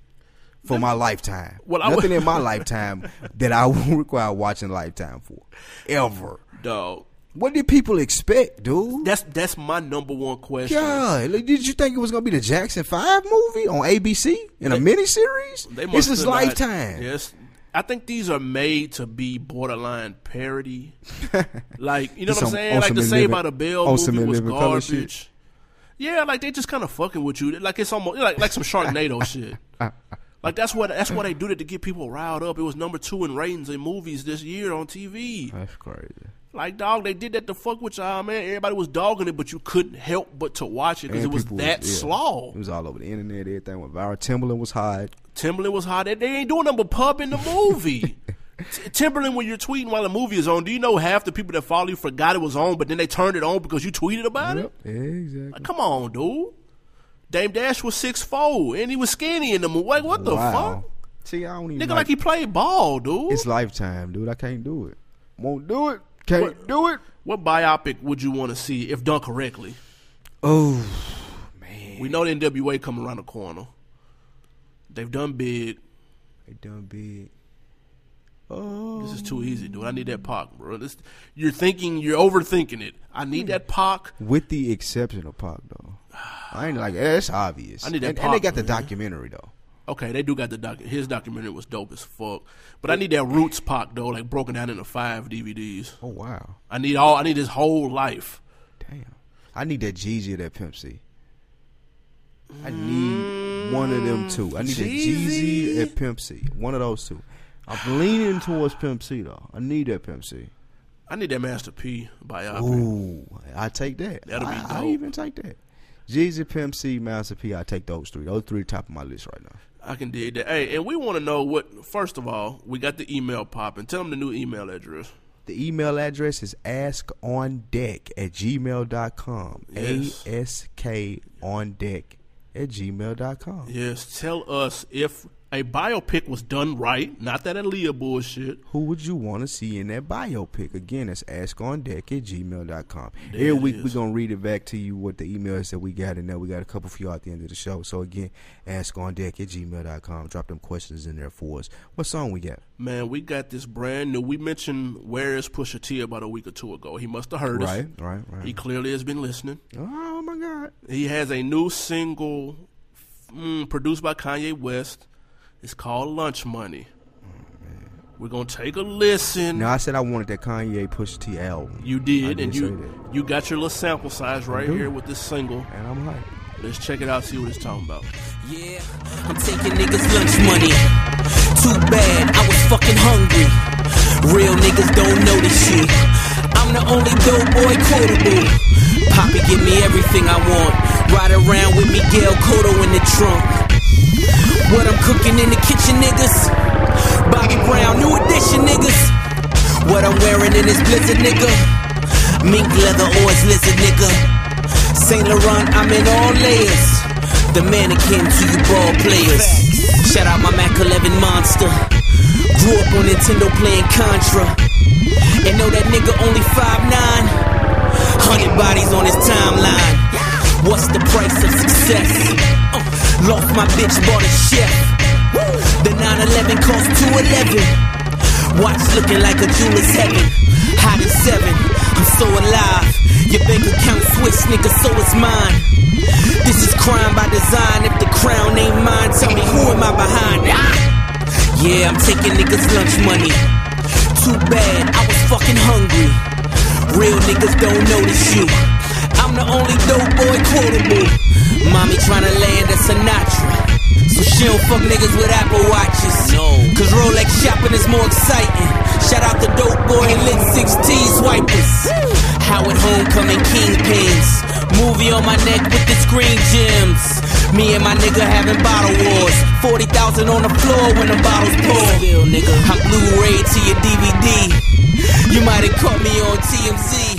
Speaker 2: For my lifetime,
Speaker 1: Well, I
Speaker 2: nothing
Speaker 1: would-
Speaker 2: in my lifetime that I would require watching Lifetime for, ever.
Speaker 1: Dog.
Speaker 2: What did people expect, dude?
Speaker 1: That's that's my number one question.
Speaker 2: God, like, did you think it was gonna be the Jackson Five movie on ABC in a miniseries?
Speaker 1: They must
Speaker 2: This is
Speaker 1: have not-
Speaker 2: Lifetime.
Speaker 1: Yes. I think these are made to be borderline parody. like, you know
Speaker 2: Just
Speaker 1: what I'm
Speaker 2: on-
Speaker 1: saying?
Speaker 2: on
Speaker 1: Like
Speaker 2: some
Speaker 1: the Save by
Speaker 2: Living-
Speaker 1: the Bell
Speaker 2: on some
Speaker 1: movie was
Speaker 2: Living Colour shit.
Speaker 1: garbage. Yeah, like they just kind of fucking with you. Like it's almost like like some Sharknado shit. Like that's what that's why they do that to get people riled up. It was number two in ratings in movies this year on TV.
Speaker 2: That's crazy.
Speaker 1: Like dog, they did that to fuck with y'all, man. Everybody was dogging it, but you couldn't help but to watch it because it was that
Speaker 2: It
Speaker 1: slow.
Speaker 2: was all over the internet. Everything went viral. Timberland was hot.
Speaker 1: Timberland was hot. They they ain't doing nothing but pub in the movie. T- Timberland, when you're tweeting while the movie is on, do you know half the people that follow you forgot it was on, but then they turned it on because you tweeted about it?
Speaker 2: Exactly.
Speaker 1: Like, come on, dude. Dame Dash was six four, and he was skinny in the movie. Like, what the
Speaker 2: wow.
Speaker 1: fuck?
Speaker 2: See, I don't even.
Speaker 1: Nigga,
Speaker 2: like-
Speaker 1: like he played ball, dude.
Speaker 2: it's lifetime, dude. I can't do it. Won't do it. Can't
Speaker 1: What-
Speaker 2: do it.
Speaker 1: What biopic would you want to see if done correctly?
Speaker 2: Oh man,
Speaker 1: We know the NWA coming around the corner. They've done big.
Speaker 2: they done big. Oh,
Speaker 1: This is too easy, dude. I need that Pac, bro. This, you're thinking, you're overthinking it. I
Speaker 2: Hmm.
Speaker 1: need that Pac.
Speaker 2: with the exception of Pac, though. I ain't like that's obvious.
Speaker 1: I need that
Speaker 2: and, and they
Speaker 1: Pac,
Speaker 2: got the
Speaker 1: man.
Speaker 2: documentary though.
Speaker 1: Okay, they do got the doc. His documentary was dope as fuck. But I need that Roots Pac though, like broken down into five DVDs.
Speaker 2: Oh wow,
Speaker 1: I need all. I need his whole life.
Speaker 2: damn. I need that Gigi, or that Pimp C. I need one of them two. I need that Jeezy
Speaker 1: Jeezy?
Speaker 2: and Pimp C. One of those two. I'm leaning towards Pimp C though. I need that Pimp C.
Speaker 1: I need that Master P biopic.
Speaker 2: Ooh, I take that.
Speaker 1: That'll be
Speaker 2: I,
Speaker 1: dope.
Speaker 2: I even take that. Jeezy, Pimp C, Master P. I take those three. Those three top of my list right now.
Speaker 1: I can dig that. Hey, and we want to know what. First of all, we got the email popping. Tell them the new email address.
Speaker 2: The email address is askondeck at gmail.com.
Speaker 1: Yes.
Speaker 2: A S K on deck at gmail.com.
Speaker 1: Yes, tell us if a biopic was done right, not that Aaliyah bullshit.
Speaker 2: Who would you want to see in that biopic? Again, that's askondeck at gmail.com.
Speaker 1: There
Speaker 2: Every
Speaker 1: it
Speaker 2: week
Speaker 1: is.
Speaker 2: we're going to read it back to you what the emails that we got in there. We got a couple for y'all at the end of the show. So again, askondeck at gmail.com. Drop them questions in there for us. What song we got?
Speaker 1: Man, we got this brand new. We mentioned where is Pusha T about a week or two ago. He must have heard
Speaker 2: Right,
Speaker 1: us.
Speaker 2: right,
Speaker 1: He
Speaker 2: right.
Speaker 1: clearly has been listening.
Speaker 2: Oh my God.
Speaker 1: He has a new single mm, produced by Kanye West. It's called Lunch Money. We're gonna take a listen.
Speaker 2: Now I said I wanted that Kanye Pusha T album.
Speaker 1: you
Speaker 2: I
Speaker 1: did,
Speaker 2: did
Speaker 1: and
Speaker 2: say
Speaker 1: you you got your little sample size right
Speaker 2: do.
Speaker 1: here with this single.
Speaker 2: And I'm like,
Speaker 1: Let's check it out. See what it's talking about.
Speaker 3: Yeah, I'm taking niggas lunch money. Too bad, I was fucking hungry. Real niggas don't know this shit. I'm the only dope boy quotable. Poppy give me everything I want. Ride around with Miguel Cotto in the trunk. What I'm cooking in the kitchen, niggas. Bobby Brown, new edition, niggas. What I'm wearing in this blizzard, nigga. Mink leather or it's lizard, nigga. Saint Laurent, I'm in all layers. The mannequin to you ball players. Shout out my Mac 11 monster. Grew up on Nintendo playing Contra. And know that nigga only 5'9. Hundred bodies on his timeline. What's the price of success? Uh, lost my bitch, bought a chef. The 911 cost 211. Watch looking like a jeweler's heaven. Hot as seven, I'm so alive. Your bank account switch, nigga, so is mine. This is crime by design. If the crown ain't mine, tell me who am I behind? Ah! Yeah, I'm taking niggas lunch money. Too bad, I was fucking hungry. Real niggas don't notice you. I'm the only dope boy quotable. Mommy tryna land a Sinatra. So she don't fuck niggas with Apple Watches. No. Cause Rolex shopping is more exciting. Shout out the dope boy and lit 16 swipers. Howard Homecoming Kingpins. Movie on my neck with the screen gems. Me and my nigga having bottle wars. 40,000 on the floor when the bottles pour. nigga. I'm Blu-ray to your DVD. You might have caught me on TMZ.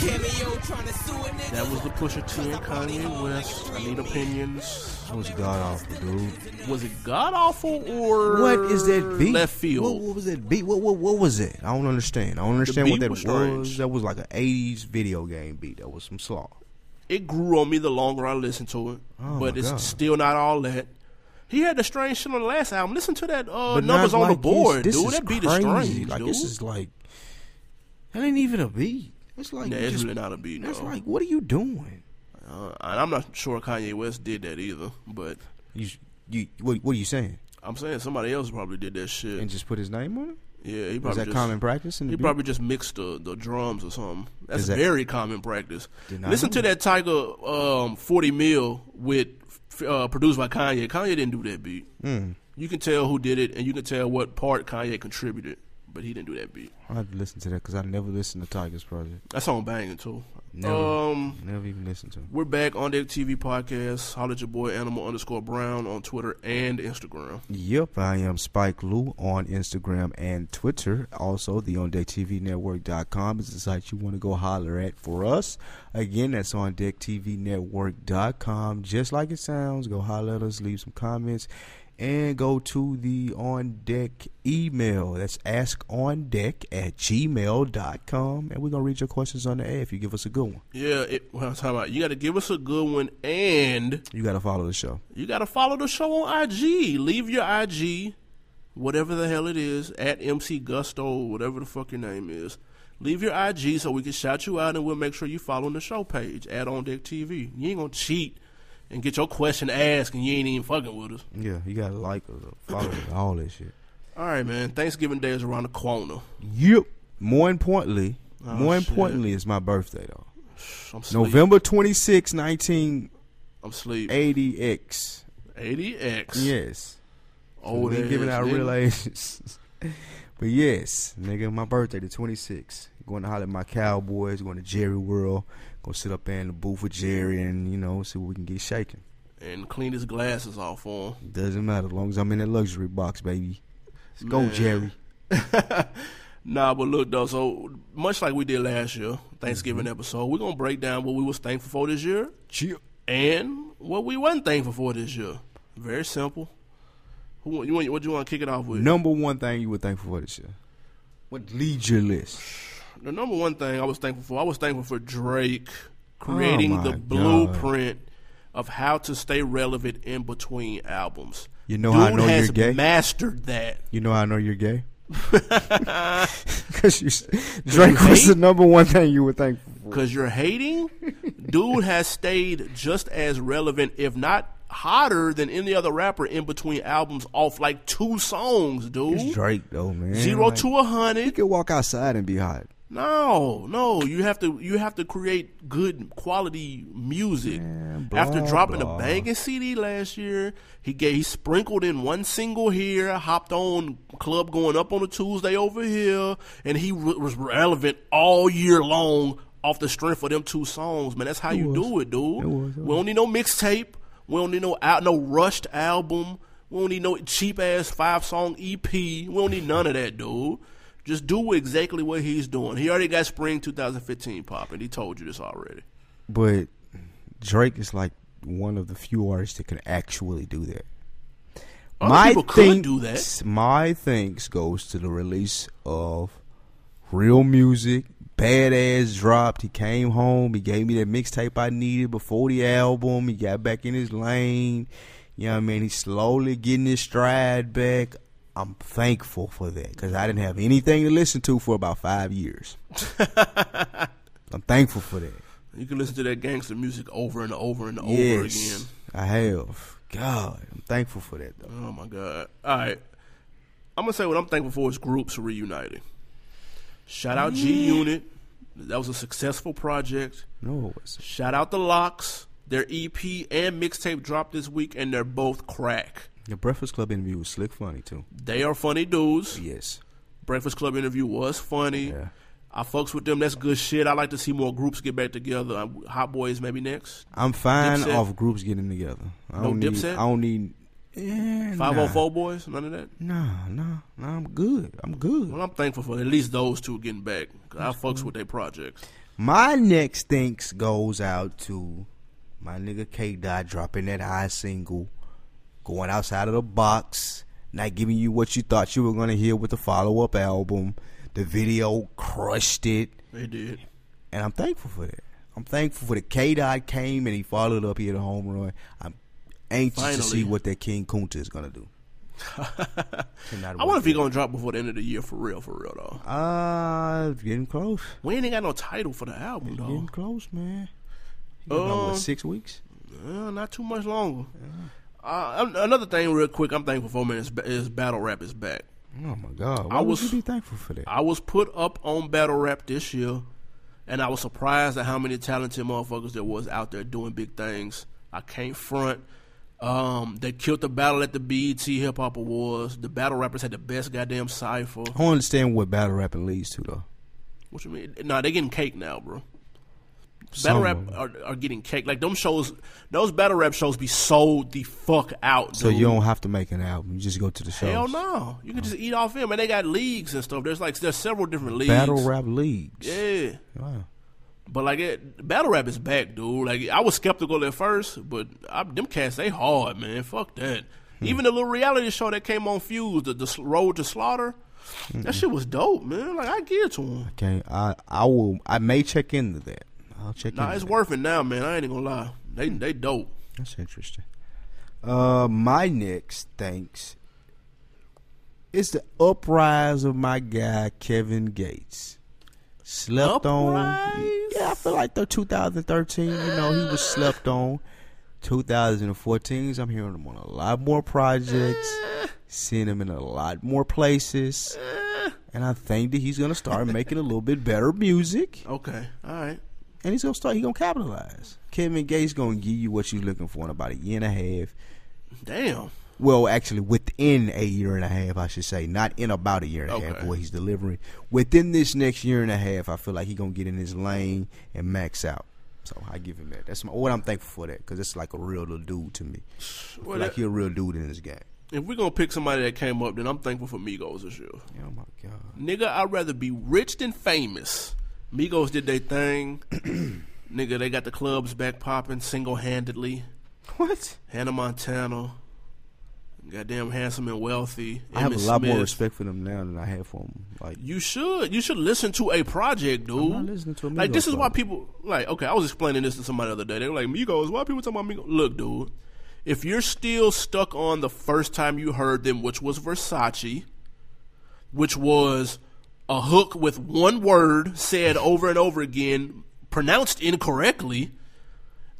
Speaker 3: Cameo tryna sue a nigga.
Speaker 1: That was the Pusha T and Kanye West. I need opinions.
Speaker 2: that was god awful, dude.
Speaker 1: Was it god awful or
Speaker 2: What is that beat?
Speaker 1: Left field.
Speaker 2: What, what was that beat? What, what what was it? I don't understand. I don't understand
Speaker 1: beat
Speaker 2: what that
Speaker 1: was
Speaker 2: was.
Speaker 1: strange.
Speaker 2: That was like an '80s video game beat. That was some slaw.
Speaker 1: it grew on me the longer I listened to it.
Speaker 2: Oh,
Speaker 1: but
Speaker 2: my
Speaker 1: it's
Speaker 2: God.
Speaker 1: still not all that. He had the strange shit on the last album. Listen to that uh,
Speaker 2: But
Speaker 1: numbers
Speaker 2: not
Speaker 1: on the
Speaker 2: like
Speaker 1: board,
Speaker 2: this. This
Speaker 1: dude.
Speaker 2: is
Speaker 1: That beat
Speaker 2: crazy.
Speaker 1: is strange,
Speaker 2: Like
Speaker 1: dude.
Speaker 2: this is like that ain't even a beat. It's like
Speaker 1: yeah,
Speaker 2: you
Speaker 1: it's
Speaker 2: just,
Speaker 1: really not a beat.
Speaker 2: That's
Speaker 1: no.
Speaker 2: like what are you doing?
Speaker 1: Uh, and I'm not sure Kanye West did that either, but
Speaker 2: You you what, what are you saying?
Speaker 1: I'm saying somebody else probably did that shit.
Speaker 2: And just put his name on it?
Speaker 1: yeah, he probably
Speaker 2: Is that
Speaker 1: just,
Speaker 2: common practice? In the
Speaker 1: He
Speaker 2: beat?
Speaker 1: probably just mixed the, the drums or something. That's
Speaker 2: Is that-
Speaker 1: very common practice.
Speaker 2: Did not
Speaker 1: Listen
Speaker 2: know
Speaker 1: to that Tiger um, 40 mil with f- uh, produced by Kanye. Kanye didn't do that beat.
Speaker 2: Hmm.
Speaker 1: You can tell who did it, and you can tell what part Kanye contributed, but he didn't do that beat.
Speaker 2: I have to listen to that because I never listened to Tiger's project.
Speaker 1: That song banging too.
Speaker 2: Never.
Speaker 1: Um,
Speaker 2: Never even listened to him.
Speaker 1: we're back on Deck TV podcast. Holler at your boy Animal underscore Brown on Twitter and Instagram.
Speaker 2: Yep, I am Spike Lou on Instagram and Twitter. Also, the OnDeckTVNetwork.com is the site you want to go holler at for us. Again, that's OnDeckTVNetwork.com. Just like it sounds, go holler at us, leave some comments, and go to the On Deck email. That's askondeck at gmail.com. And we're going to read your questions on the air if you give us a good one.
Speaker 1: Yeah, it, what I'm talking about. You got to give us a good one, and
Speaker 2: You got to follow the show.
Speaker 1: you got to follow the show on IG. Leave your IG, whatever the hell it is, at MC Gusto, whatever the fuck your name is. Leave your IG so we can shout you out, and we'll make sure you follow the show page at On Deck TV. You ain't gonna cheat and get your question asked, and you ain't even fucking with us.
Speaker 2: Yeah, you got to like us, follow us, all that shit.
Speaker 1: All right, man. Thanksgiving Day is around the corner.
Speaker 2: Yep. More importantly,
Speaker 1: Oh,
Speaker 2: more
Speaker 1: shit.
Speaker 2: importantly, it's my birthday though.
Speaker 1: I'm sleep.
Speaker 2: November 26, 1980X.
Speaker 1: I'm sleep. Eighty X.
Speaker 2: Yes.
Speaker 1: Old
Speaker 2: we
Speaker 1: ass
Speaker 2: ain't giving out
Speaker 1: nigga.
Speaker 2: real ages. but yes, nigga, my birthday, the 26th. Going to holler at my Cowboys, going to Jerry World, going to sit up there in the booth with Jerry and, you know, see what we can get shaking.
Speaker 1: and clean his glasses off for him.
Speaker 2: Doesn't matter, as long as I'm in that luxury box, baby. Let's go,
Speaker 1: Man.
Speaker 2: Jerry.
Speaker 1: Nah, but look though, so much like we did
Speaker 2: Mm-hmm.
Speaker 1: last year, Thanksgiving episode, we're gonna break down what we was thankful for this year
Speaker 2: Chip.
Speaker 1: and what we wasn't thankful for this year. Very simple. Who want- you want? What you want to kick it off with?
Speaker 2: Number one thing you were thankful for this year. What leads your list?
Speaker 1: The number one thing I was thankful for, I was thankful for Drake creating
Speaker 2: Oh my
Speaker 1: the
Speaker 2: God.
Speaker 1: blueprint of how to stay relevant in between albums.
Speaker 2: You know
Speaker 1: Dude
Speaker 2: how I know
Speaker 1: has
Speaker 2: you're gay?
Speaker 1: mastered that.
Speaker 2: You know how I know you're gay? Because you, s- Drake was the number one thing you were thankful for.
Speaker 1: Cause you're hating, dude has stayed just as relevant, if not hotter, than any other rapper in between albums. Off like two songs, dude.
Speaker 2: Drake though, man.
Speaker 1: Zero
Speaker 2: Like,
Speaker 1: to a hundred.
Speaker 2: You could walk outside and be hot.
Speaker 1: No, no, you have to you have to create good quality music.
Speaker 2: blah,
Speaker 1: After dropping
Speaker 2: blah.
Speaker 1: a banging CD last year, he gave he sprinkled in one single here, hopped on club going up on a Tuesday over here, and he re- was relevant all year long off the strength of them two songs. Man, that's how you do it, dude.
Speaker 2: It was, it
Speaker 1: We don't need no mixtape. We don't need no out no rushed album. We don't need no cheap ass five song EP. We don't need none of that, dude. Just do exactly what he's doing. He already got spring 2015 popping. He told you this already.
Speaker 2: But Drake is like one of the few artists that can actually do that.
Speaker 1: Other people could do that.
Speaker 2: thanks- My thanks goes to the release of real music. Badass dropped. He came home. He gave me that mixtape I needed before the album. He got back in his lane. You know what I mean? He's slowly getting his stride back. I'm thankful for that because I didn't have anything to listen to for about five years. I'm thankful for that.
Speaker 1: You can listen to that gangster music over and over and over
Speaker 2: Yes,
Speaker 1: again.
Speaker 2: I have. God, I'm thankful for that though.
Speaker 1: Oh my god! All right, I'm gonna say what I'm thankful for is groups reuniting. Shout out G Unit. That was a successful project.
Speaker 2: No, it's
Speaker 1: Shout out the Locks. Their EP and mixtape dropped this week, and they're both crack.
Speaker 2: the Breakfast Club interview was slick funny too.
Speaker 1: They are funny dudes.
Speaker 2: Yes,
Speaker 1: Breakfast Club interview was funny.
Speaker 2: Yeah.
Speaker 1: I fucks with them. That's good shit. I like to see more groups get back together. Um, Hot Boys maybe next.
Speaker 2: I'm fine
Speaker 1: Dipset?
Speaker 2: off groups getting together. I
Speaker 1: No
Speaker 2: don't need,
Speaker 1: Dipset?
Speaker 2: I don't need. Eh,
Speaker 1: Five hundred four boys. None of that.
Speaker 2: Nah, nah, nah, nah. I'm good. I'm good.
Speaker 1: Well, I'm thankful for at least those two getting back. 'cause I fucks with their projects.
Speaker 2: My next thanks goes out to my nigga K Dot dropping that high single, going outside of the box, not giving you what you thought you were gonna hear with the follow up album. The video crushed it.
Speaker 1: They did.
Speaker 2: and I'm thankful for that. I'm thankful for the K Dot came and he followed up. He had a home run. I'm anxious
Speaker 1: Finally.
Speaker 2: to see what that King Kunta is gonna do. Cannot
Speaker 1: I wonder
Speaker 2: wait.
Speaker 1: if he gonna drop before the end of the year for real, for real though.
Speaker 2: Uh, getting close.
Speaker 1: We ain't got no title for the album
Speaker 2: Getting
Speaker 1: though.
Speaker 2: close, man. You know,
Speaker 1: Um,
Speaker 2: what, six weeks?
Speaker 1: Uh, not too much longer. Uh, an- another thing, real quick, I'm thankful for man is, ba- is battle rap is back.
Speaker 2: Oh my God! Why
Speaker 1: I
Speaker 2: would
Speaker 1: was-
Speaker 2: you be thankful for that?
Speaker 1: I was put up on battle rap this year, and I was surprised at how many talented motherfuckers there was out there doing big things. I can't front. Um, they killed the battle at the BET Hip Hop Awards. The battle rappers had the best goddamn cipher.
Speaker 2: I don't understand what battle rapping leads to though.
Speaker 1: What you mean? Nah, they getting cake now, bro.
Speaker 2: Some
Speaker 1: Battle
Speaker 2: of
Speaker 1: rap
Speaker 2: them.
Speaker 1: are, are getting cake. Like them shows, those battle rap shows be sold the fuck out.
Speaker 2: So
Speaker 1: dude.
Speaker 2: you don't have to make an album. You just go to the show.
Speaker 1: Hell no, you can just eat off them, and they got leagues and stuff. There's like there's several different leagues.
Speaker 2: Battle rap leagues.
Speaker 1: yeah.
Speaker 2: Wow.
Speaker 1: But like it, battle rap is back, dude. Like I was skeptical at first, but I, them cats they hard, man. Fuck that.
Speaker 2: Hmm.
Speaker 1: Even the little reality show that came on Fuse, the, the Road to Slaughter, that shit was dope, man. Like I give it to them.
Speaker 2: Okay. I I will. I may check into that. I'll check.
Speaker 1: Nah,
Speaker 2: into
Speaker 1: it's
Speaker 2: that.
Speaker 1: worth it now, man. I ain't gonna lie. They they dope.
Speaker 2: That's interesting. Uh, my next thanks is the uprise of my guy Kevin Gates. Slept on.
Speaker 1: Uprise?
Speaker 2: Yeah, I feel like the 2013. You know, he was slept on. 2014s. I'm hearing him on a lot more projects. Seeing him in a lot more places. And I think that he's gonna start making a little bit better music
Speaker 1: Okay, all right.
Speaker 2: and he's gonna start. He's gonna capitalize. Kevin Gates gonna give you what you're looking for in about a year and a half.
Speaker 1: Damn.
Speaker 2: Well, actually, within a year and a half, I should say, not in about a year and a half.
Speaker 1: Okay.
Speaker 2: What he's delivering within this next year and a half, I feel like he's gonna get in his lane and max out. So I give him that. That's my, what I'm thankful for that because it's like a real little dude to me.
Speaker 1: Well,
Speaker 2: like
Speaker 1: that-
Speaker 2: he a real dude in this game.
Speaker 1: if we're gonna pick somebody that came up, then I'm thankful for Migos this year.
Speaker 2: Oh my god.
Speaker 1: Nigga, I'd rather be rich than famous. Migos did their thing. Nigga, they got the clubs back popping single handedly.
Speaker 2: What?
Speaker 1: Hannah Montana, goddamn handsome and wealthy.
Speaker 2: I have a
Speaker 1: Emmitt
Speaker 2: lot more
Speaker 1: Smith.
Speaker 2: respect for them now than I had for them. Like,
Speaker 1: You should. You should listen to a project, dude.
Speaker 2: not listening to a
Speaker 1: Like this
Speaker 2: Migos
Speaker 1: is why
Speaker 2: song.
Speaker 1: people like. Okay, I was explaining this to somebody the other day. They were like, "Migos, why people talking about Migos?" Look, dude, if you're still stuck on the first time you heard them, which was Versace, which was a hook with one word said over and over again, pronounced incorrectly.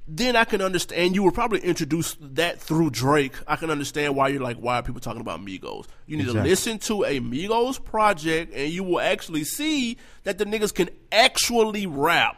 Speaker 1: Then I can understand you were probably introduced that through Drake. I can understand why you're like, why are people talking about Migos? You need to
Speaker 2: Exactly.
Speaker 1: listen to a Migos project and you will actually see that the niggas can actually rap.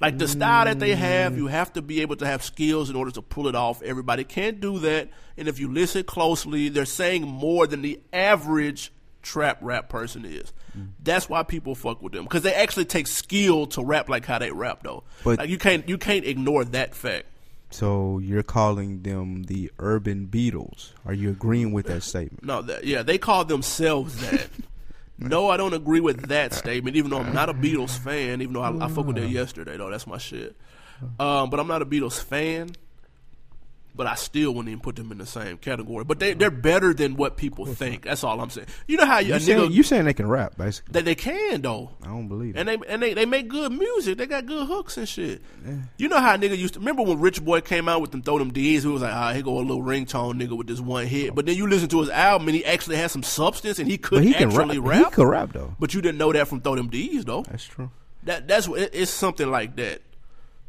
Speaker 1: Like the style that they have, you have to be able to have skills in order to pull it off. Everybody can't do that. And if you listen closely, they're saying more than the average trap rap person is. That's why people fuck with them because they actually take skill to rap like how they rap though.
Speaker 2: But-
Speaker 1: like you can't you can't ignore that fact.
Speaker 2: so you're calling them the urban Beatles? Are you agreeing with that statement?
Speaker 1: No, that, yeah, they call themselves that. no, I don't agree with that statement. Even though I'm not a Beatles fan, even though I, I fuck with them
Speaker 2: Mm.
Speaker 1: yesterday though, that's my shit. Um, but I'm not a Beatles fan. But I still wouldn't even put them in the same category. But they they're better than what people think. That's all I'm saying. You know how you, a
Speaker 2: You saying,
Speaker 1: nigga
Speaker 2: you saying they can rap, basically?
Speaker 1: that they can though.
Speaker 2: I don't believe it.
Speaker 1: And they and they, they make good music. They got good hooks and shit. You know how a nigga used to remember when Rich Boy came out with them throw them D's, we was like, ah, here go a little ringtone nigga with this one hit. But then you listen to his album and he actually had some substance and he could
Speaker 2: But he can rap.
Speaker 1: actually
Speaker 2: He could rap though.
Speaker 1: But you didn't know that from throw them D's though.
Speaker 2: That's true.
Speaker 1: That that's what it, it's something like that.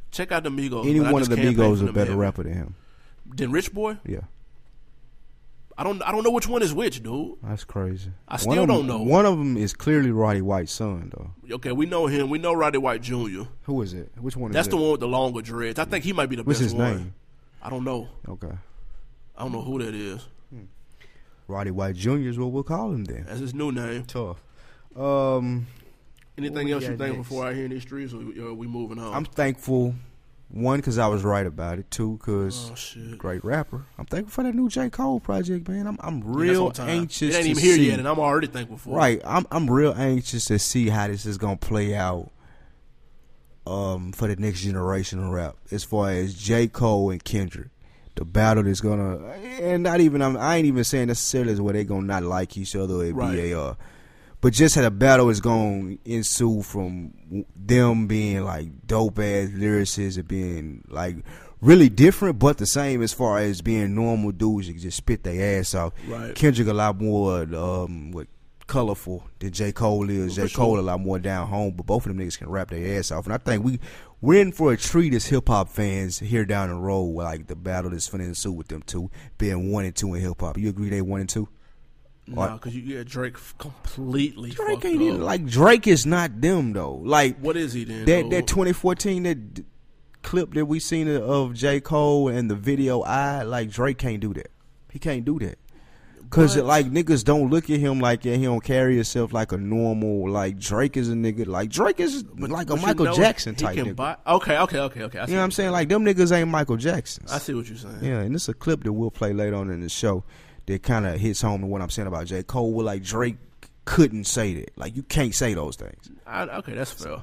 Speaker 1: Check out the Migos.
Speaker 2: Any
Speaker 1: but I
Speaker 2: one of
Speaker 1: just
Speaker 2: the
Speaker 1: can't pay for
Speaker 2: Migos a
Speaker 1: them
Speaker 2: better
Speaker 1: heavy.
Speaker 2: rapper than him.
Speaker 1: than Rich Boy.
Speaker 2: Yeah,
Speaker 1: I don't I don't know which one is which, dude.
Speaker 2: that's crazy.
Speaker 1: I
Speaker 2: One
Speaker 1: still
Speaker 2: of 'em-
Speaker 1: don't know.
Speaker 2: One of them is clearly Roddy White's son, though.
Speaker 1: Okay, we know him. We know Roddy White Jr.
Speaker 2: Who is it? Which one?
Speaker 1: That's
Speaker 2: is
Speaker 1: the
Speaker 2: it?
Speaker 1: one with the longer dreads. I think he might be the
Speaker 2: What's
Speaker 1: best
Speaker 2: his
Speaker 1: one.
Speaker 2: name?
Speaker 1: I don't know.
Speaker 2: Okay,
Speaker 1: I don't know who that is.
Speaker 2: Roddy White Jr. is what we'll call him then.
Speaker 1: That's his new name.
Speaker 2: Tough. Um, What
Speaker 1: Anything
Speaker 2: we
Speaker 1: else you
Speaker 2: got
Speaker 1: think
Speaker 2: next?
Speaker 1: before I hear in these streets? Or are we moving on?
Speaker 2: I'm thankful. One, because I was right about it. Two, because
Speaker 1: oh shit!
Speaker 2: great rapper. I'm thankful for that new J Cole project, man. I'm I'm
Speaker 1: Yeah, that's
Speaker 2: real
Speaker 1: on time.
Speaker 2: anxious.
Speaker 1: It ain't
Speaker 2: to
Speaker 1: even here
Speaker 2: see,
Speaker 1: yet, and I'm already thankful for it.
Speaker 2: Right. I'm I'm real anxious to see how this is gonna play out um for the next generation of rap as far as J. Cole and Kendrick. The battle that's gonna and not even I'm I ain't even saying necessarily is where they gonna not like each other or
Speaker 1: Right.
Speaker 2: be a uh, but just how the battle is going to ensue from w- them being like dope ass lyricists and being like really different, but the same as far as being normal dudes that just spit their ass off.
Speaker 1: Right.
Speaker 2: Kendrick a lot more um, what colorful than J Cole is. J Cole a lot more down home, but both of them niggas can rap their ass off. And I think we we're in for a treat as hip hop fans here down the road. where, Like the battle that's finna ensue with them two being one and two in hip hop. You agree they one and two?
Speaker 1: Nah, because you get Drake f- completely
Speaker 2: Drake
Speaker 1: fucked
Speaker 2: ain't
Speaker 1: up.
Speaker 2: even, like Drake is not them though. Like
Speaker 1: what is he then?
Speaker 2: that
Speaker 1: though?
Speaker 2: that 2014 that d- clip that we seen of J Cole and the video I like Drake can't do that. He can't do that. Cause
Speaker 1: But-
Speaker 2: like niggas don't look at him like yeah, he don't carry himself like a normal like Drake is a nigga like Drake is like a
Speaker 1: But you
Speaker 2: Michael
Speaker 1: know
Speaker 2: Jackson
Speaker 1: he
Speaker 2: type
Speaker 1: can
Speaker 2: nigga.
Speaker 1: buy- okay, okay, okay, okay. I see
Speaker 2: you know what I'm
Speaker 1: what
Speaker 2: saying? Like them niggas ain't Michael Jacksons.
Speaker 1: I see what you're saying.
Speaker 2: Yeah, and it's a clip that we'll play later on in the show that kind of hits home to what I'm saying about J. Cole. Where like Drake couldn't say that. Like you can't say those things.
Speaker 1: I, okay, that's fair.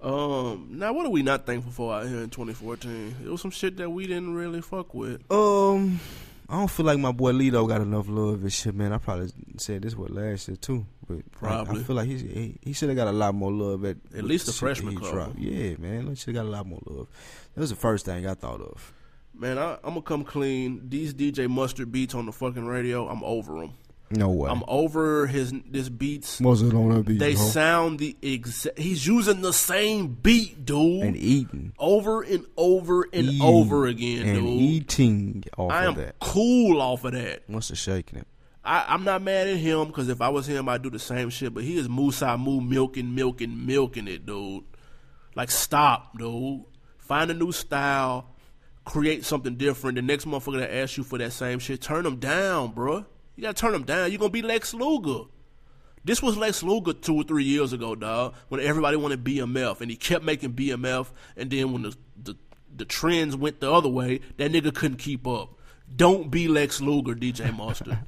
Speaker 1: Um, now what are we not thankful for out here in 2014? It was some shit that we didn't really fuck with.
Speaker 2: Um, I don't feel like my boy Lido got enough love and shit, man. I probably said this what last year too, but I- I,
Speaker 1: Probably.
Speaker 2: feel like he's, he he should have got a lot more love at
Speaker 1: At least the
Speaker 2: shit that
Speaker 1: freshman
Speaker 2: he
Speaker 1: club.
Speaker 2: dropped. Yeah, man, he should have got a lot more love. That was the first thing I thought of.
Speaker 1: Man, I, I'm gonna come clean. These DJ Mustard beats on the fucking radio, I'm over them.
Speaker 2: No way.
Speaker 1: I'm over his this beats.
Speaker 2: Muzzle on that beat,
Speaker 1: They
Speaker 2: ho.
Speaker 1: sound the exact. He's using the same beat, dude,
Speaker 2: and eating
Speaker 1: over and over and
Speaker 2: Eat-
Speaker 1: over again,
Speaker 2: and
Speaker 1: dude.
Speaker 2: eating off
Speaker 1: I am
Speaker 2: of that.
Speaker 1: cool off of that.
Speaker 2: Must have shaken it.
Speaker 1: I, I'm not mad at him because if I was him, I'd do the same shit. But he is Musa Moo milking, milking, milking it, dude. Like, stop, dude. Find a new style, create something different. The next motherfucker that asks you for that same shit, turn them down, bruh. You gotta turn them down. You're gonna be Lex Luger. This was Lex Luger two or three years ago, dog, when everybody wanted BMF and he kept making BMF. And then when the, the, the trends went the other way, that nigga couldn't keep up. Don't be Lex Luger, DJ Mustard.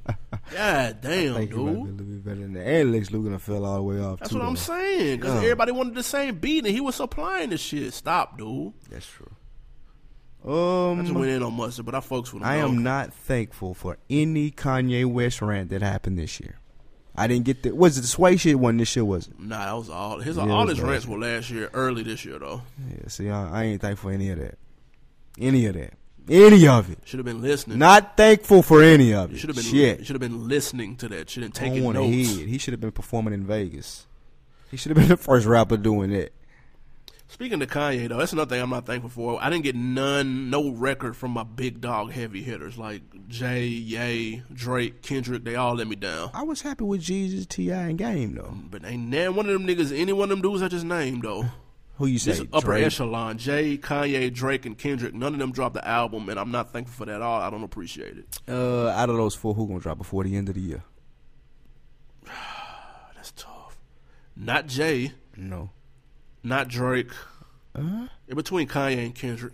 Speaker 1: God damn,
Speaker 2: Thank you, might be a
Speaker 1: dude.
Speaker 2: little bit better than that. And Lex Luger done fell all the way off
Speaker 1: That's
Speaker 2: too.
Speaker 1: what I'm
Speaker 2: though.
Speaker 1: saying. Because everybody wanted the same beat and he was supplying the shit. Stop, dude.
Speaker 2: That's true.
Speaker 1: I just
Speaker 2: Um,
Speaker 1: went in on mustard, but I fucks with him.
Speaker 2: I am
Speaker 1: dog.
Speaker 2: not thankful for any Kanye West rant that happened this year. I didn't get the was it the sway shit one this year was it?
Speaker 1: Nah, that was all. His
Speaker 2: Yeah,
Speaker 1: all
Speaker 2: it was
Speaker 1: his
Speaker 2: last
Speaker 1: rants were last year, early this year though.
Speaker 2: Yeah, see, I, I ain't thankful for any of that, any of that, any of it.
Speaker 1: Should have been listening.
Speaker 2: Not thankful for any of
Speaker 1: you
Speaker 2: it.
Speaker 1: should have been.
Speaker 2: shit.
Speaker 1: You should have been listening to that. Should have
Speaker 2: I
Speaker 1: taken
Speaker 2: wanna
Speaker 1: notes.
Speaker 2: hear it. He should have been performing in Vegas. He should have been the first rapper doing that.
Speaker 1: Speaking to Kanye though, that's another thing I'm not thankful for. I didn't get none, no record from my big dog heavy hitters like Jay, Ye, Drake, Kendrick. They all let me down.
Speaker 2: I was happy with Jesus, Ti, and Game though.
Speaker 1: But ain't none one of them niggas, any one of them dudes I just named though.
Speaker 2: Who you
Speaker 1: This
Speaker 2: say?
Speaker 1: is upper
Speaker 2: Drake?
Speaker 1: echelon. Jay, Kanye, Drake, and Kendrick. None of them dropped the album, and I'm not thankful for that at all. I don't appreciate it.
Speaker 2: Uh, out of those four, who gonna drop before the end of the year?
Speaker 1: Oh, that's tough. Not Jay.
Speaker 2: No,
Speaker 1: Not Drake. In between Kanye and Kendrick.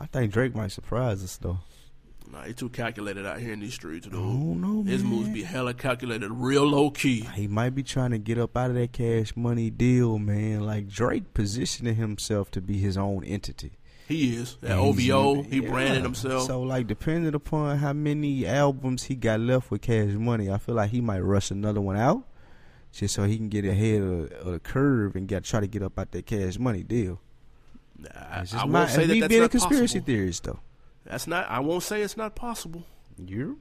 Speaker 2: Uh, I think Drake might surprise us though.
Speaker 1: Nah, he too calculated out here in these streets, dude.
Speaker 2: Oh no,
Speaker 1: His moves be hella calculated, real low key.
Speaker 2: He might be trying to get up out of that cash money deal, man. Like Drake positioning himself to be his own entity.
Speaker 1: He is. That
Speaker 2: And he's-
Speaker 1: OVO, he
Speaker 2: yeah.
Speaker 1: branded himself.
Speaker 2: So like depending upon how many albums he got left with Cash Money, I feel like he might rush another one out just so he can get ahead of, of the curve and got try to get up out that Cash Money deal.
Speaker 1: Nah, I,
Speaker 2: It's just
Speaker 1: I
Speaker 2: my-
Speaker 1: won't say
Speaker 2: me
Speaker 1: that that's
Speaker 2: being a
Speaker 1: not
Speaker 2: conspiracy
Speaker 1: possible.
Speaker 2: theorist though.
Speaker 1: That's not. I won't say it's not possible.
Speaker 2: You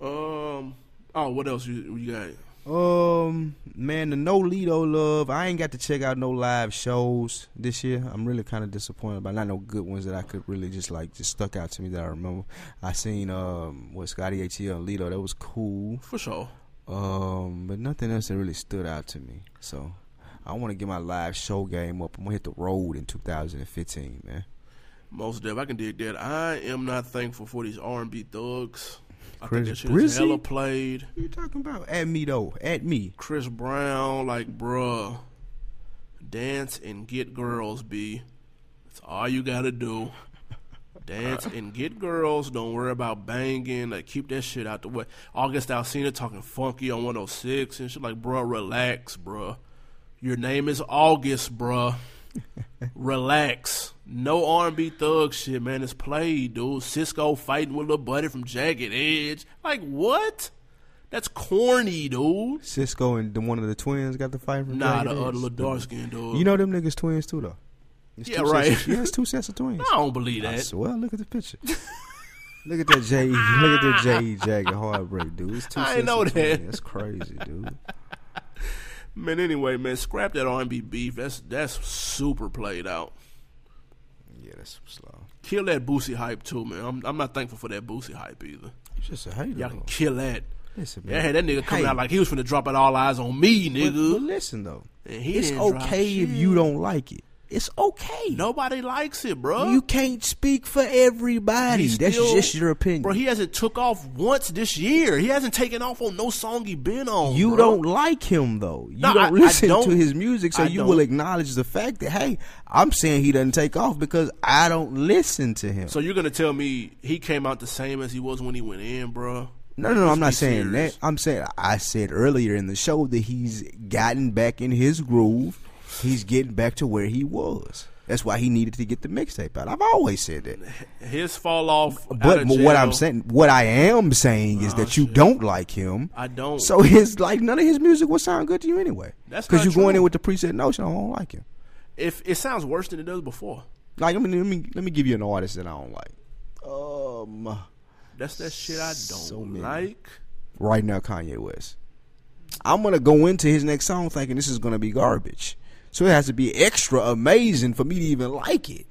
Speaker 1: Um. Oh, what else you, you got?
Speaker 2: Um, man, the No Lido love. I ain't got to check out no live shows this year. I'm really kind of disappointed, but not no good ones that I could really just like just stuck out to me that I remember. I seen um what Scotty ATL and Lido. That was cool.
Speaker 1: For sure.
Speaker 2: Um, but nothing else that really stood out to me. So I want to get my live show game up. I'm gonna hit the road in 2015, man.
Speaker 1: Most dev, I can dig that. I am not thankful for these R and B thugs. I think
Speaker 2: Chris
Speaker 1: that shit is
Speaker 2: Brizzy?
Speaker 1: hella played.
Speaker 2: What you talking about? At me though. At me.
Speaker 1: Chris Brown, like bruh, dance and get girls, B. That's all you gotta do. Dance and get girls. Don't worry about banging. Like keep that shit out the way. August Alsina talking funky on 106 and shit. Like bruh, relax, bruh. Your name is August, bruh. relax. No R&B thug shit, man. It's played, dude. Cisco fighting with Lil Buddy from Jagged Edge. Like what? That's corny, dude.
Speaker 2: Cisco and the, one of the twins got the fight from
Speaker 1: Nah, the
Speaker 2: Jagged
Speaker 1: other
Speaker 2: Edge.
Speaker 1: little dark skinned dude.
Speaker 2: You know them niggas twins too though. It's
Speaker 1: Yeah,
Speaker 2: two sets
Speaker 1: right.
Speaker 2: of- yeah, it's two sets of twins.
Speaker 1: I don't believe
Speaker 2: I
Speaker 1: that.
Speaker 2: swear, look at the picture. look at that J. E, Look at that J. E Jagged heartbreak, dude. It's two
Speaker 1: I
Speaker 2: sets
Speaker 1: know
Speaker 2: of twins.
Speaker 1: that.
Speaker 2: That's crazy, dude.
Speaker 1: Man, anyway, man, scrap that R and B beef. That's that's super played out.
Speaker 2: Yeah, that's slow.
Speaker 1: Kill that Boosie hype too, man. I'm I'm not thankful for that Boosie hype either.
Speaker 2: You just a hater.
Speaker 1: Y'all can
Speaker 2: though.
Speaker 1: kill that.
Speaker 2: Listen, man.
Speaker 1: Y'all had that nigga coming
Speaker 2: Hey,
Speaker 1: out like he was finna drop out all eyes on me,
Speaker 2: But, but
Speaker 1: nigga.
Speaker 2: listen though,
Speaker 1: And he
Speaker 2: it's
Speaker 1: didn't drop
Speaker 2: okay if
Speaker 1: shit.
Speaker 2: you don't like it. It's okay.
Speaker 1: Nobody likes it, bro.
Speaker 2: You can't speak for everybody. That's just your opinion.
Speaker 1: Bro, he hasn't took off once this year. He hasn't taken off on no song he been on.
Speaker 2: You
Speaker 1: Oh, bro.
Speaker 2: don't like him though. You
Speaker 1: No, I- I
Speaker 2: don't listen
Speaker 1: don't.
Speaker 2: to his music, so
Speaker 1: I
Speaker 2: you
Speaker 1: don't.
Speaker 2: will acknowledge the fact that hey, I'm saying he doesn't take off because I don't listen to him.
Speaker 1: So you're gonna tell me he came out the same as he was when he went in, bro?
Speaker 2: no, no, no. I'm not saying
Speaker 1: serious.
Speaker 2: that. I'm saying I said earlier in the show that he's gotten back in his groove. He's getting back to where he was. That's why he needed to get the mixtape out. I've always said that.
Speaker 1: His fall off. out
Speaker 2: But
Speaker 1: of
Speaker 2: what I'm
Speaker 1: jail-
Speaker 2: saying, what I am saying is that you don't like him.
Speaker 1: I don't.
Speaker 2: So his like none of his music will sound good to you anyway.
Speaker 1: That's not
Speaker 2: because you're going
Speaker 1: true.
Speaker 2: in with the preset notion. I don't like him.
Speaker 1: if it sounds worse than it does before,
Speaker 2: Like I mean, let me let me give you an artist that I don't like. Um,
Speaker 1: that's that shit I don't
Speaker 2: So many.
Speaker 1: like.
Speaker 2: right now Kanye West. I'm gonna go into his next song thinking this is gonna be garbage, so it has to be extra amazing for me to even like it.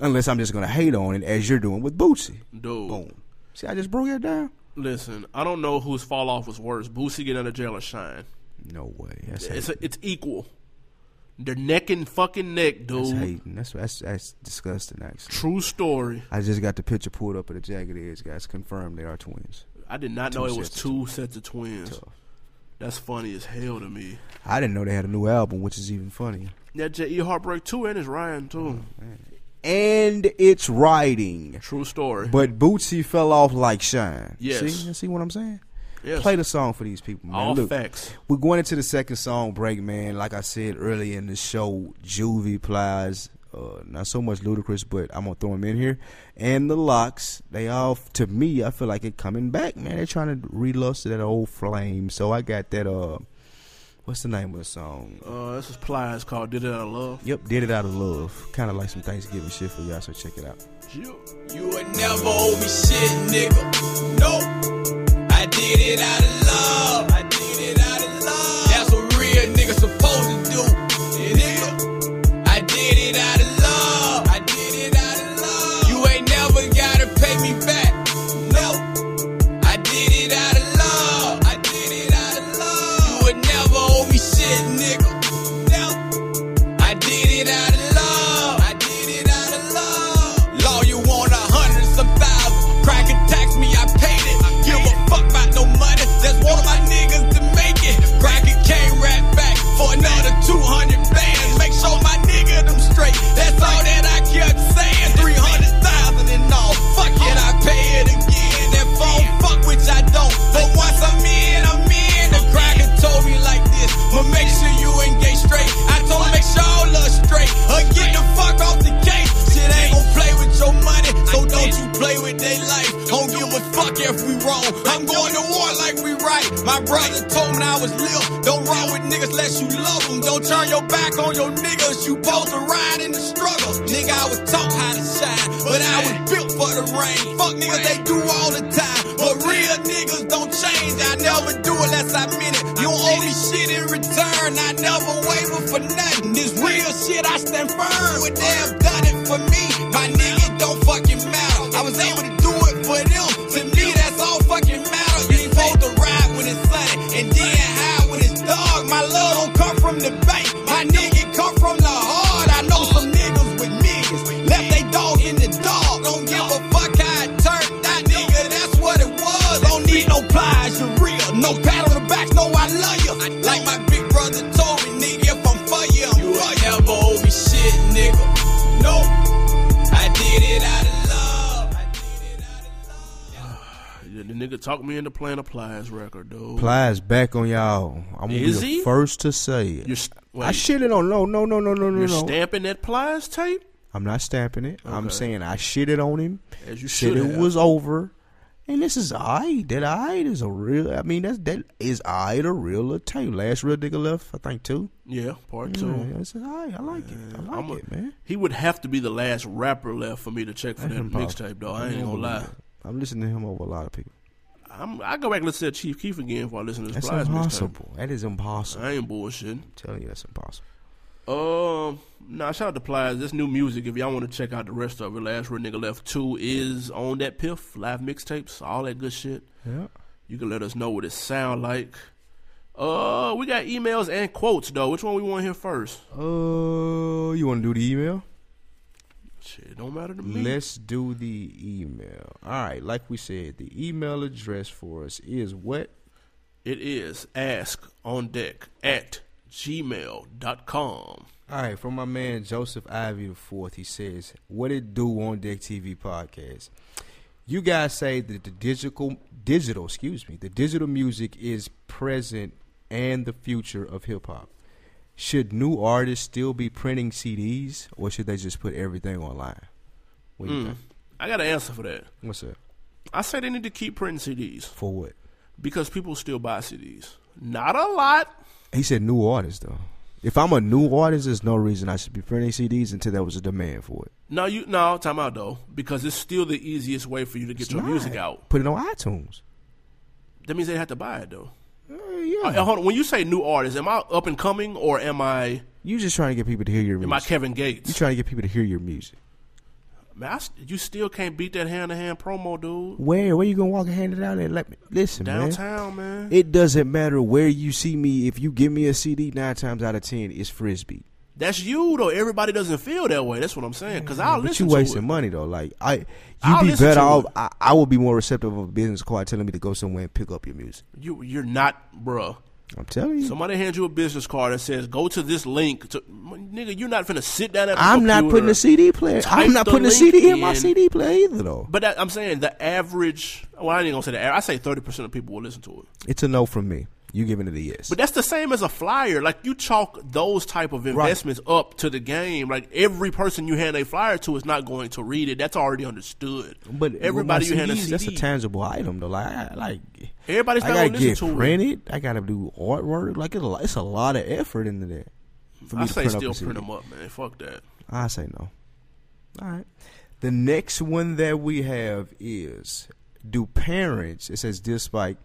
Speaker 2: Unless I'm just gonna hate on it as you're doing with Bootsy.
Speaker 1: Dude,
Speaker 2: Boom. See, I just broke it down.
Speaker 1: listen, I don't know whose fall off was worse, Boosie getting out of jail or Shine.
Speaker 2: No way. That's
Speaker 1: It's
Speaker 2: hating.
Speaker 1: it's equal. They're neck and fucking neck,
Speaker 2: That's
Speaker 1: dude.
Speaker 2: hating. That's that's, that's disgusting. Actually,
Speaker 1: True story.
Speaker 2: I just got the picture pulled up of the jagged edge guys. Confirmed they are twins.
Speaker 1: I did not know
Speaker 2: Two
Speaker 1: it was
Speaker 2: sets of
Speaker 1: two sets of twins.
Speaker 2: Tough.
Speaker 1: That's funny as hell to me.
Speaker 2: I didn't know they had a new album, which is even funnier.
Speaker 1: That J.E. Heartbreak too, and it's Ryan too.
Speaker 2: And it's writing.
Speaker 1: True story.
Speaker 2: But Bootsy fell off like shine.
Speaker 1: Yes.
Speaker 2: See, You see what I'm saying?
Speaker 1: yes.
Speaker 2: Play the song for these people, man.
Speaker 1: all
Speaker 2: Look,
Speaker 1: facts.
Speaker 2: we're going into the second song break, man. Like I said earlier in the show, Juvie Plies uh, not so much ludicrous, but I'm gonna throw them in here. And the locks, they all to me, I feel like it coming back, man. They're trying to relust that old flame. So I got that uh, what's the name of the song?
Speaker 1: Uh, this is Pliers called Did It Out of Love.
Speaker 2: Yep, did it out of love, kind of like some Thanksgiving shit for y'all. So check it out.
Speaker 1: You-
Speaker 4: You would never owe me shit, nigga. Nope. I did it out of love. I did it out of love. That's what real niggas supposed to do. Nigga. I did it out of love. I did it out of love. You ain't never gotta pay me back. Nope. I did it out of love. I did it out of love. You would never owe me shit, nigga. Nope. I did it out of love. I did it out of love. Law, you want a hundred, some thousand. Crack and tax me, I paid it. Give a fuck about no money. That's one of my niggas to make it. Crack it came right back for another 200 bands. Make sure my nigga them straight. That's all that I kept saying. 300,000 and all. Fuck it, I pay it again. That phone fuck, which I don't. But once I'm in, I'm in. The cracker told me like this. But make sure you engage straight. I told him make sure all us straight. Or get the fuck off the case. Shit ain't gon' play with your money. So don't you play with their life. Don't give a fuck if we wrong. I'm going to war like we right. My brother told me I was little. Don't ride with niggas less you love them. Don't turn your back on your niggas. You both to ride in the struggle. Nigga, I was taught how to shine. But I was built for the rain. Fuck niggas, they do all the time. But real niggas don't change. I never do unless I mean it. You don't owe me shit in return. I never waver for nothing. This real shit, I stand firm. What they have done it for me, my nigga don't fucking matter. I was able to do it for them. To me, that's all fucking matter. You ain't supposed to ride when it's sunny and then hide when it's dark. My love don't come from the bank. My nigga come from the heart. I know some niggas with niggas left they dog in the dog. Don't give a fuck how it turned out, nigga. That's what it was. Don't need no plies, you're real. No pat on the back, no I love you. Like my big brother told me, nigga, if I'm for you, I'm you for you. never owe me shit, nigga. No, I did it out of love. I did it out of love.
Speaker 1: The the nigga talked me into playing a Pliers record, dude.
Speaker 2: Plies back on y'all. I'm gonna
Speaker 1: Is
Speaker 2: be
Speaker 1: he?
Speaker 2: the first to say it.
Speaker 1: You're, st- wait,
Speaker 2: I shit it on no no no no no no
Speaker 1: you're
Speaker 2: no.
Speaker 1: stamping that Pliers tape?
Speaker 2: I'm not stamping it. I'm
Speaker 1: Okay.
Speaker 2: saying I shitted on him.
Speaker 1: As you
Speaker 2: Said
Speaker 1: should
Speaker 2: it
Speaker 1: have.
Speaker 2: was over. And this is I. That I is a real. I mean, that's that is I the real attack. Last real nigga left, I think too.
Speaker 1: Yeah, part
Speaker 2: So
Speaker 1: two.
Speaker 2: this is I. I like it. I like
Speaker 1: I'm a-
Speaker 2: it, man.
Speaker 1: He would have to be the last rapper left for me to check for that
Speaker 2: impossible.
Speaker 1: mixtape, though. I ain't gonna lie.
Speaker 2: I'm listening to him over a lot of people.
Speaker 1: I'm, I go back and listen to Chief Keef again before I listen to this
Speaker 2: That's
Speaker 1: Pliers mixtape.
Speaker 2: impossible. That is impossible.
Speaker 1: I ain't bullshitting.
Speaker 2: I'm telling you, that's impossible.
Speaker 1: Um, nah, shout out to Pliers. This new music, if y'all want to check out the rest of it, Last Real Nigga Left 2 is on that Piff, live mixtapes, all that good shit.
Speaker 2: Yeah.
Speaker 1: You can let us know what it sound like. Uh, we got emails and quotes, though. Which one we want to hear first?
Speaker 2: Oh, you want to do the email?
Speaker 1: Shit, don't matter to me.
Speaker 2: Let's do the email. All right, like we said, the email address for us is what?
Speaker 1: It is ask on deck at gmail.com.
Speaker 2: All right, from my man Joseph Ivy the fourth, he says, "What it do on Deck TV podcast? You guys say that the digital, digital, excuse me, the digital music is present and the future of hip hop. Should new artists still be printing CDs, or should they just put everything online? What do you think?
Speaker 1: I got an answer for that.
Speaker 2: What's up?
Speaker 1: I say they need to keep printing CDs
Speaker 2: For what?
Speaker 1: because people still buy CDs. Not a lot.
Speaker 2: He said new artists though. If I'm a new artist, there's no reason I should be printing CDs until there was a demand for it.
Speaker 1: No, you no time out though because it's still the easiest way for you to get your music out.
Speaker 2: Put it on iTunes.
Speaker 1: That means they have to buy it though.
Speaker 2: Uh, yeah.
Speaker 1: Hey, hold on. When you say new artists, am I up and coming or am I
Speaker 2: You just trying to get people to hear your
Speaker 1: am I
Speaker 2: music.
Speaker 1: Kevin
Speaker 2: You
Speaker 1: Gates?
Speaker 2: trying to get people to hear your music.
Speaker 1: Man, I s- you still can't beat that hand to hand promo, dude.
Speaker 2: Where? Where you gonna walk and hand it out and let me listen, man?
Speaker 1: Downtown, man.
Speaker 2: It doesn't matter where you see me. If you give me a CD, nine times out of ten, it's frisbee.
Speaker 1: That's you though. Everybody doesn't feel that way. That's what I'm saying. Because I'll
Speaker 2: But
Speaker 1: listen
Speaker 2: you
Speaker 1: to
Speaker 2: wasting
Speaker 1: it.
Speaker 2: money though. Like I, you'd
Speaker 1: I'll
Speaker 2: be
Speaker 1: listen to
Speaker 2: better off.
Speaker 1: it.
Speaker 2: I, I would be more receptive of a business card telling me to go somewhere and pick up your music.
Speaker 1: You you're not, bruh.
Speaker 2: I'm telling you.
Speaker 1: Somebody hands you a business card that says go to this link. To, nigga, you're not finna sit down at. the
Speaker 2: I'm not putting
Speaker 1: computer.
Speaker 2: a CD player.
Speaker 1: Type
Speaker 2: I'm not
Speaker 1: the
Speaker 2: putting a
Speaker 1: link
Speaker 2: CD in my
Speaker 1: in.
Speaker 2: CD player either though.
Speaker 1: But that, I'm saying the average. Well, I ain't gonna say the average. I say thirty percent of people will listen to it.
Speaker 2: It's a no from me. You giving it a yes.
Speaker 1: But that's the same as a flyer. Like you chalk those type of investments up to the game. Like every person you hand a flyer to is not going to read it. That's already understood.
Speaker 2: But with
Speaker 1: everybody
Speaker 2: my
Speaker 1: you hand a
Speaker 2: CDs,
Speaker 1: CD,
Speaker 2: that's a tangible item though. Like, I, like
Speaker 1: Everybody's
Speaker 2: I
Speaker 1: not
Speaker 2: gotta
Speaker 1: gonna
Speaker 2: get
Speaker 1: listen to it.
Speaker 2: printed. I gotta do artwork. Like it's a, lot- it's a lot of effort into there. For me
Speaker 1: I
Speaker 2: to
Speaker 1: say
Speaker 2: print
Speaker 1: still
Speaker 2: up a
Speaker 1: print
Speaker 2: CD.
Speaker 1: them up, man. Fuck that.
Speaker 2: I say no. All right. The next one that we have is: Do parents? It says this spike.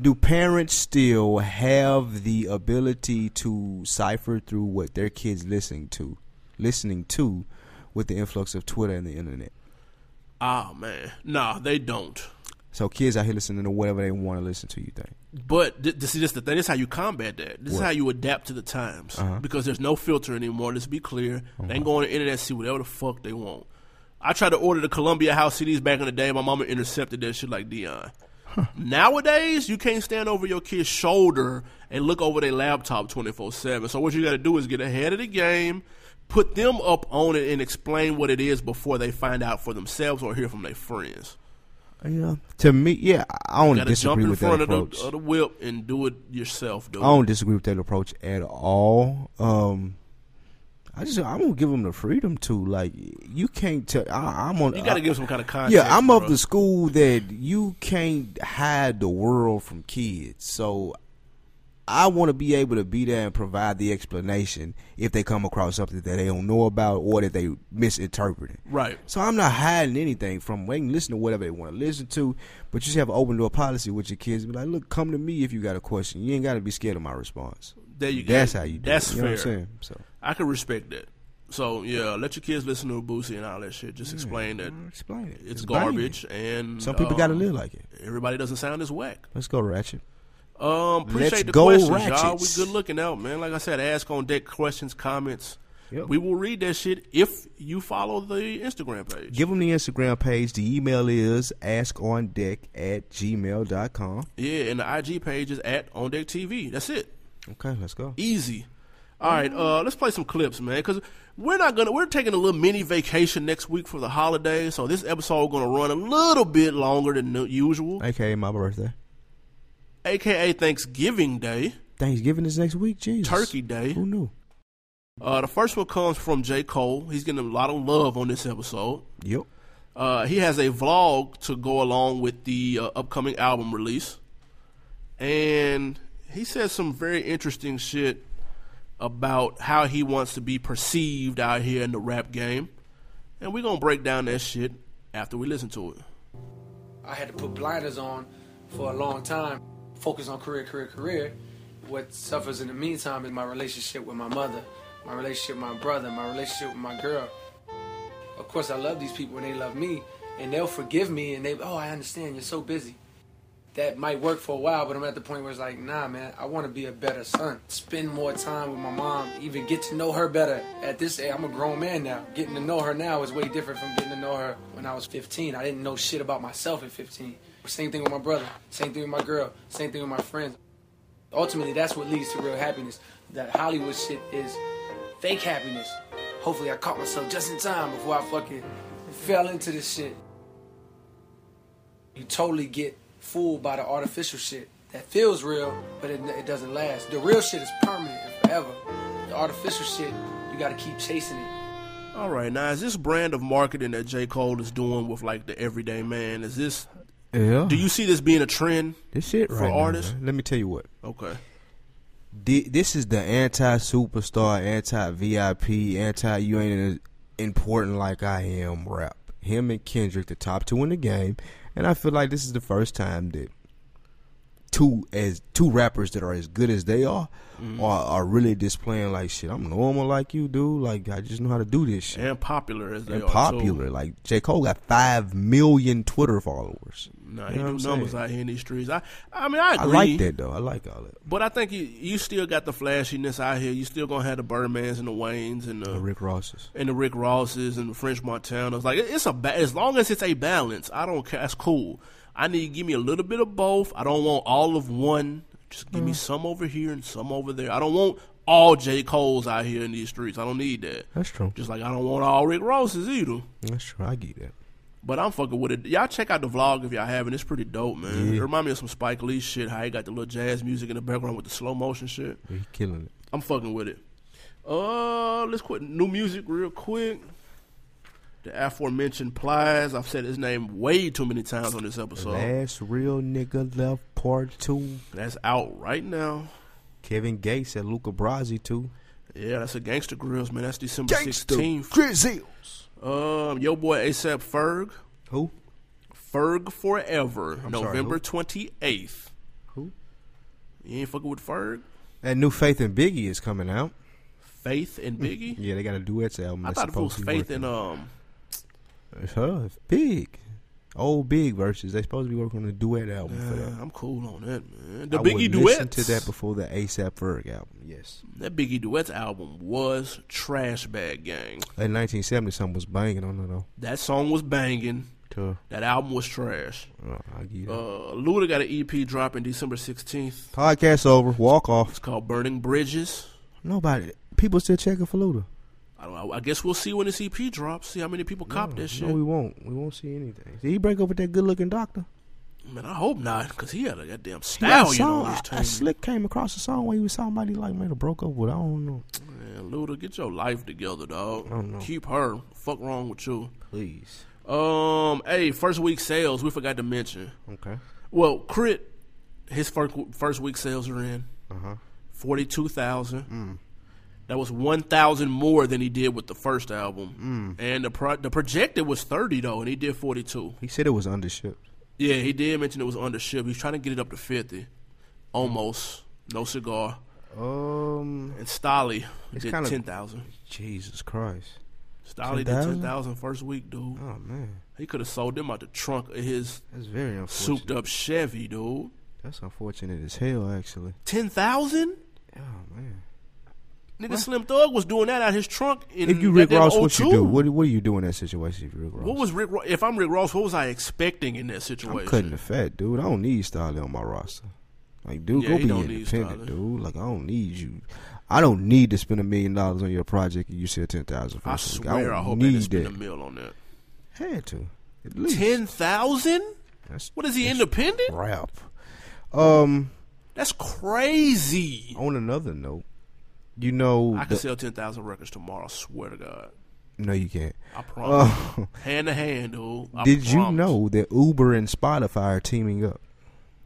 Speaker 2: Do parents still have the ability to cipher through what their kids listening to, listening to, with the influx of Twitter and the internet?
Speaker 1: Ah man, nah, they don't.
Speaker 2: So kids out here listening to whatever they want to listen to. You think?
Speaker 1: But th- this is just the thing. This is how you combat that. This is
Speaker 2: What?
Speaker 1: how you adapt to the times
Speaker 2: Uh-huh.
Speaker 1: because there's no filter anymore. Let's be clear. They can go on the internet and see whatever the fuck they want. I tried to order the Columbia House CDs back in the day. My mama intercepted that shit like Dion. Nowadays, you can't stand over your kid's shoulder and look over their laptop 24 7. So, what you got to do is get ahead of the game, put them up on it, and explain what it is before they find out for themselves or hear from their friends.
Speaker 2: Yeah. To me, yeah, I don't
Speaker 1: Got to jump
Speaker 2: disagree
Speaker 1: in
Speaker 2: with that
Speaker 1: front of
Speaker 2: approach.
Speaker 1: the, uh, of the whip and do it yourself, dude.
Speaker 2: I don't disagree with that approach at all. Um, I just I'm gonna give them the freedom to like. You can't tell. I, I'm on.
Speaker 1: You got to
Speaker 2: I-
Speaker 1: give some kind of context.
Speaker 2: Yeah, I'm of
Speaker 1: bro.
Speaker 2: the school that you can't hide the world from kids. So I want to be able to be there and provide the explanation if they come across something that they don't know about or that they misinterpreted.
Speaker 1: Right.
Speaker 2: So I'm not hiding anything from them. They can listen to whatever they want to listen to, but you just have an open door policy with your kids. Be like, look, come to me if you got a question. You ain't got to be scared of my response.
Speaker 1: There you go.
Speaker 2: That's how you do
Speaker 1: That's
Speaker 2: it. You know what I'm
Speaker 1: fair.
Speaker 2: saying? So
Speaker 1: I can respect that. So yeah, let your kids listen to Boosie and all that shit. Just Mm, explain that
Speaker 2: explain it.
Speaker 1: it's
Speaker 2: Explain it.
Speaker 1: garbage and
Speaker 2: Some people
Speaker 1: um,
Speaker 2: got to live like it.
Speaker 1: Everybody doesn't sound as whack.
Speaker 2: Let's go, Ratchet.
Speaker 1: Um, appreciate
Speaker 2: Let's
Speaker 1: the
Speaker 2: go,
Speaker 1: questions, y'all. We
Speaker 2: Ratchets.
Speaker 1: good looking out, man. Like I said, ask on deck questions, comments.
Speaker 2: Yep.
Speaker 1: We will read that shit if you follow the Instagram page.
Speaker 2: Give them the Instagram page. The email is askondeck at gmail.com.
Speaker 1: Yeah, and the IG page is at On Deck TV. That's it.
Speaker 2: Okay, let's go.
Speaker 1: Easy. All right, uh, let's play some clips, man, because we're not gonna we're taking a little mini vacation next week for the holidays, so this episode gonna run a little bit longer than nu- usual,
Speaker 2: AKA my birthday.
Speaker 1: aka Thanksgiving Day,
Speaker 2: Thanksgiving is next week, Jesus.
Speaker 1: Turkey Day.
Speaker 2: Who knew?
Speaker 1: Uh, the first one comes from J Cole. He's getting a lot of love on this episode.
Speaker 2: Yep.
Speaker 1: Uh, he has a vlog to go along with the uh, upcoming album release, and he says some very interesting shit about how he wants to be perceived out here in the rap game, and we're gonna break down that shit after we listen to it.
Speaker 5: I had to put blinders on for a long time, focus on career, career, career. What suffers in the meantime is my relationship with my mother, my relationship with my brother, my relationship with my girl. Of course, I love these people and they love me, and they'll forgive me and they, oh, I understand, you're so busy. That might work for a while, but I'm at the point where it's like, nah, man, I want to be a better son. Spend more time with my mom, even get to know her better. At this age, I'm a grown man now. Getting to know her now is way different from getting to know her when I was 15. I didn't know shit about myself at 15. Same thing with my brother, same thing with my girl, same thing with my friends. Ultimately, that's what leads to real happiness. That Hollywood shit is fake happiness. Hopefully, I caught myself just in time before I fucking fell into this shit you totally get fooled by the artificial shit that feels real, but it, it doesn't last. The real shit is permanent and forever. The artificial shit, you gotta keep chasing it.
Speaker 1: All right, now is this brand of marketing that J Cole is doing with like the everyday man? Is this?
Speaker 2: Yeah.
Speaker 1: Do you see this being a trend?
Speaker 2: this it
Speaker 1: for
Speaker 2: right now,
Speaker 1: artists?
Speaker 2: man. Let me tell you what.
Speaker 1: Okay.
Speaker 2: Thi- This is the anti superstar, anti VIP, anti you ain't as important like I am rap. Him and Kendrick, the top two in the game, and I feel like this is the first time that two as two rappers that are as good as they are
Speaker 1: Mm-hmm.
Speaker 2: are, are really displaying like shit. I'm normal like you, dude. Like I just know how to do this shit.
Speaker 1: And popular as they
Speaker 2: and
Speaker 1: are. too.
Speaker 2: popular. Like J Cole got five million Twitter followers.
Speaker 1: Nah,
Speaker 2: You
Speaker 1: he
Speaker 2: know what
Speaker 1: do
Speaker 2: I'm
Speaker 1: numbers
Speaker 2: saying?
Speaker 1: out here in these streets. I, I mean, I
Speaker 2: I
Speaker 1: agree.
Speaker 2: like that though. I like all that.
Speaker 1: But I think you, you still got the flashiness out here. You still gonna have the Birdmans and the Waynes and the
Speaker 2: The Rick Rosses.
Speaker 1: and the Rick Rosses and the French Montanas. Like it- it's a ba- as long as it's a balance, I don't care. That's cool. I need to give me a little bit of both. I don't want all of one. Just give me some over here and some over there. I don't want all J Cole's out here in these streets. I don't need that.
Speaker 2: That's true.
Speaker 1: Just like I don't want all Rick Rosses either.
Speaker 2: That's true. I get that.
Speaker 1: But I'm fucking with it. Y'all check out the vlog if y'all haven't. It's pretty dope, man. It remind me of some Spike Lee shit. How he got the little jazz music in the background with the slow motion shit.
Speaker 2: He killing it.
Speaker 1: I'm fucking with it. Uh, let's quit new music real quick. The aforementioned Plies. I've said his name way too many times on this episode.
Speaker 2: Last real nigga left part two.
Speaker 1: That's out right now.
Speaker 2: Kevin Gates and Luca Brasi too.
Speaker 1: Yeah, that's a Gangster Grills, man. That's December
Speaker 2: Gangsta
Speaker 1: 16th.
Speaker 2: Grizzles.
Speaker 1: Um, yo boy ASAP Ferg.
Speaker 2: Who?
Speaker 1: Ferg Forever.
Speaker 2: I'm sorry,
Speaker 1: November
Speaker 2: who?
Speaker 1: 28th.
Speaker 2: Who?
Speaker 1: You ain't fucking with Ferg?
Speaker 2: That new Faith and Biggie is coming out.
Speaker 1: Faith and Biggie?
Speaker 2: Mm. Yeah, they got a duets album.
Speaker 1: I
Speaker 2: that's
Speaker 1: thought it was
Speaker 2: supposed to be
Speaker 1: Faith and
Speaker 2: working.
Speaker 1: uh, um
Speaker 2: It's her. It's big. Old Big verses. They supposed to be working on a duet album for
Speaker 1: Yeah,
Speaker 2: that.
Speaker 1: I'm cool on that, man. The
Speaker 2: I would
Speaker 1: Biggie
Speaker 2: listen
Speaker 1: duets.
Speaker 2: to that before the ASAP Ferg album. Yes.
Speaker 1: that Biggie duets album was trash bag gang.
Speaker 2: In 1970, something was banging on it though.
Speaker 1: That song was banging.
Speaker 2: To,
Speaker 1: That album was trash.
Speaker 2: uh, I get it.
Speaker 1: Uh, Luda got an EP dropping December 16th.
Speaker 2: Podcast over. Walk off.
Speaker 1: It's called Burning Bridges.
Speaker 2: Nobody. People still checking for Luda.
Speaker 1: I don't. know. I guess we'll see when this EP drops. See how many people cop that shit.
Speaker 2: No, we won't. We won't see anything. Did he break up with that good looking doctor?
Speaker 1: Man, I hope not, because he had a goddamn
Speaker 2: He got a
Speaker 1: stallion
Speaker 2: song.
Speaker 1: on his
Speaker 2: I, I
Speaker 1: team.
Speaker 2: slick came across a song where he was somebody like, man, I broke up with. I don't know.
Speaker 1: Man, Luda, get your life together, dog.
Speaker 2: I don't know.
Speaker 1: Keep her. Fuck wrong with you.
Speaker 2: Please.
Speaker 1: Um, hey, first week sales. We forgot to mention.
Speaker 2: Okay.
Speaker 1: Well, Crit, his first first week sales are in
Speaker 2: Uh huh.
Speaker 1: forty two thousand. That was one thousand more than he did with the first album, and the pro- the projected was thirty though, and he did forty two.
Speaker 2: He said it was undershipped.
Speaker 1: Yeah, he did mention it was under ship. He's trying to get it up to fifty, almost. No cigar
Speaker 2: Um.
Speaker 1: and Stolly
Speaker 2: It's
Speaker 1: did
Speaker 2: kinda-
Speaker 1: ten thousand.
Speaker 2: Jesus Christ.
Speaker 1: Stolly did
Speaker 2: 10,000?
Speaker 1: ten thousand first week, dude.
Speaker 2: Oh man,
Speaker 1: He could have sold them out the trunk of his
Speaker 2: that's very unfortunate.
Speaker 1: souped up Chevy, dude.
Speaker 2: That's unfortunate as hell, actually.
Speaker 1: Ten thousand.
Speaker 2: Oh man.
Speaker 1: Nigga Slim Thug was doing that out his trunk in
Speaker 2: If you Rick
Speaker 1: goddamn
Speaker 2: Ross, what you
Speaker 1: 02.
Speaker 2: do? What, do- what do you do in that situation? If you Rick Ross,
Speaker 1: What was Rick? Ro- If I'm Rick Ross, what was I expecting in that
Speaker 2: I'm
Speaker 1: situation?
Speaker 2: cutting the fat, dude. I don't need Starley on my roster. Like, dude,
Speaker 1: Yeah,
Speaker 2: go
Speaker 1: he
Speaker 2: be
Speaker 1: don't need
Speaker 2: independent,
Speaker 1: Starley.
Speaker 2: dude. Like, I don't need you. I don't need to spend a million dollars on your project and you said ten thousand.
Speaker 1: I swear, I,
Speaker 2: don't
Speaker 1: hope they didn't
Speaker 2: need
Speaker 1: spend a
Speaker 2: that.
Speaker 1: mill on that.
Speaker 2: Had to. At least.
Speaker 1: Ten thousand?
Speaker 2: That's
Speaker 1: What is he independent?
Speaker 2: crap. Um.
Speaker 1: That's crazy.
Speaker 2: On another note, you know,
Speaker 1: I could
Speaker 2: Oh, the-
Speaker 1: sell ten thousand records tomorrow. Swear to God,
Speaker 2: no, you can't.
Speaker 1: I promise.
Speaker 2: Uh,
Speaker 1: hand to hand, dude. I
Speaker 2: Did you
Speaker 1: promise.
Speaker 2: know that Uber and Spotify are teaming up?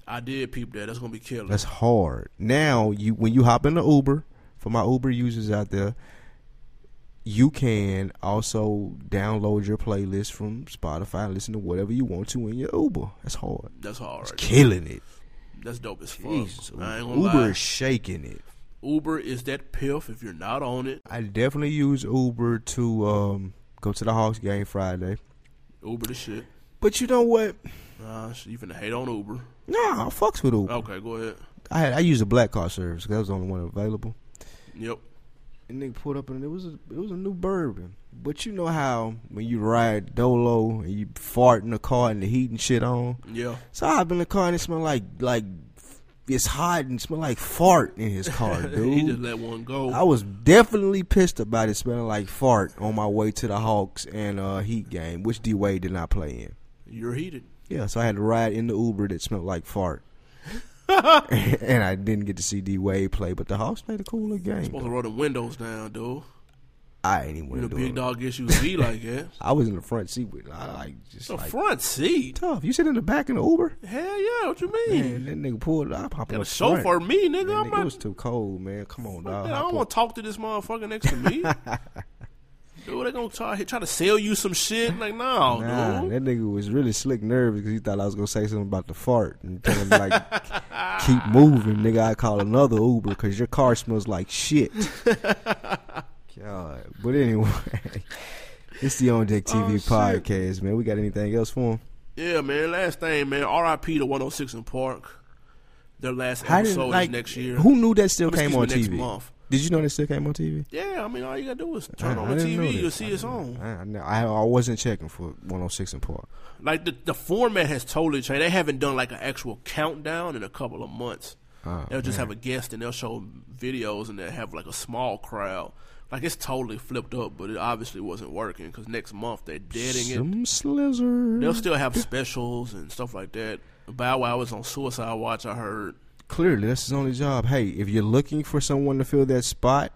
Speaker 1: I did peep that. That's gonna be killer.
Speaker 2: That's hard. Now you when you hop into Uber, for my Uber users out there, you can also download your playlist from Spotify and listen to whatever you want to in your Uber. That's hard.
Speaker 1: That's hard. right
Speaker 2: Killing it.
Speaker 1: there. That's dope as fuck.
Speaker 2: Jesus.
Speaker 1: I ain't gonna
Speaker 2: Uber
Speaker 1: lie.
Speaker 2: is shaking it.
Speaker 1: Uber is that piff. If you're not on it,
Speaker 2: I definitely use Uber to um, go to the Hawks game Friday.
Speaker 1: Uber the shit.
Speaker 2: But you know what?
Speaker 1: Nah, shit, you finna hate on Uber.
Speaker 2: Nah, I fucks with Uber.
Speaker 1: Okay, go ahead.
Speaker 2: I had I used a black car service because that was the only one available.
Speaker 1: Yep.
Speaker 2: and they pulled up and it was a, it was a new bourbon. But you know how when you ride dolo and you fart in the car and the heat and shit on.
Speaker 1: Yeah.
Speaker 2: So I hop in the car and it smell like like it's hot and smell like fart in his car,
Speaker 1: he just
Speaker 2: dude.
Speaker 1: let one go.
Speaker 2: I was definitely pissed about it smelling like fart on my way to the Hawks and uh, Heat game, which D Wade did not play in.
Speaker 1: You're heated.
Speaker 2: Yeah, so I had to ride in the Uber that smelled like fart. and I didn't get to see D Wade play, but the Hawks played a cooler game.
Speaker 1: Supposed
Speaker 2: though.
Speaker 1: to roll the windows down, dude.
Speaker 2: I ain't even
Speaker 1: When
Speaker 2: want
Speaker 1: a
Speaker 2: to do it.
Speaker 1: big dog SUV like that.
Speaker 2: I was in the front seat with I like just
Speaker 1: The
Speaker 2: like
Speaker 1: front seat.
Speaker 2: tough. You sit in the back in the Uber?
Speaker 1: Hell yeah, what you mean?
Speaker 2: Man, that nigga pulled up. I popped
Speaker 1: Got a
Speaker 2: up
Speaker 1: chauffeur,
Speaker 2: front.
Speaker 1: me, nigga.
Speaker 2: Man,
Speaker 1: I'm
Speaker 2: nigga,
Speaker 1: not,
Speaker 2: it was too cold, man. Come on, dog.
Speaker 1: man, I
Speaker 2: I
Speaker 1: don't want
Speaker 2: pulled-
Speaker 1: to talk to this motherfucker next to me. dude, they gonna try, try to sell you some shit. Like, Oh, no,
Speaker 2: Nah,
Speaker 1: dude.
Speaker 2: that nigga was really slick nervous because he thought I was gonna say something about the fart and tell him like, keep moving, nigga. I call another Uber because your car smells like shit. God, but anyway, it's the On Deck TV
Speaker 1: Oh, shit.
Speaker 2: podcast, man. We got anything else for him?
Speaker 1: Yeah, man. Last thing, man. R.I.P. to 106 in Park. Their last
Speaker 2: How did
Speaker 1: episode
Speaker 2: like
Speaker 1: is next year.
Speaker 2: who knew that still
Speaker 1: I mean, excuse
Speaker 2: came on
Speaker 1: me, next
Speaker 2: TV?
Speaker 1: month.
Speaker 2: Did you know that still came on TV?
Speaker 1: Yeah, I mean, all you gotta do is turn
Speaker 2: I-
Speaker 1: on the
Speaker 2: I didn't know
Speaker 1: TV,
Speaker 2: that.
Speaker 1: you'll see
Speaker 2: I
Speaker 1: it's
Speaker 2: didn't-
Speaker 1: on.
Speaker 2: I, I know. I, I wasn't checking for 106 in Park.
Speaker 1: Like the the format has totally changed. They haven't done like an actual countdown in a couple of months.
Speaker 2: Oh,
Speaker 1: they'll just have a guest and they'll show videos and they'll have like a small crowd. Like it's totally flipped up, but it obviously wasn't working because next month they're deading it.
Speaker 2: Some slizzard.
Speaker 1: They'll still have specials and stuff like that. Bow Wow was on Suicide Watch. I heard.
Speaker 2: Clearly, that's his only job. Hey, if you're looking for someone to fill that spot,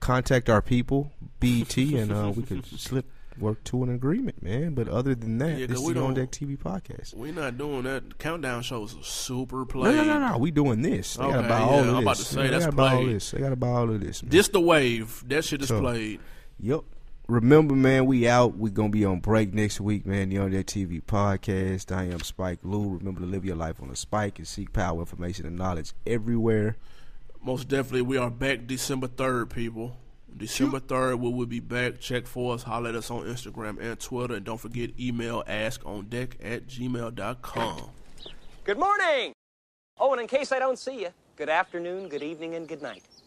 Speaker 2: contact our people, BT, and uh, we could slip work to an agreement, man. But other than that,
Speaker 1: Yeah, 'cause
Speaker 2: this
Speaker 1: we
Speaker 2: is the
Speaker 1: don't-
Speaker 2: On Deck TV podcast.
Speaker 1: We're not doing that. Countdown shows are super
Speaker 2: No,
Speaker 1: played.
Speaker 2: no, no, no. We doing this. They
Speaker 1: Okay,
Speaker 2: gotta buy
Speaker 1: yeah,
Speaker 2: all of
Speaker 1: I'm
Speaker 2: this.
Speaker 1: about to say,
Speaker 2: they
Speaker 1: that's
Speaker 2: gotta buy all
Speaker 1: played.
Speaker 2: this. They gotta buy all of this. man.
Speaker 1: This the wave. That shit is
Speaker 2: So-
Speaker 1: played.
Speaker 2: Yep. Remember, man, we out. we gonna be on break next week, man. The On Deck TV podcast. I am Spike Lou. Remember to live your life on a spike and seek power, information, and knowledge everywhere.
Speaker 1: Most definitely, we are back December third, people. December third, we will be back. Check for us. Holler at us on Instagram and Twitter, and don't forget email askondeck at gmail.com.
Speaker 6: Good morning! Oh, and in case I don't see you, good afternoon, good evening, and good night.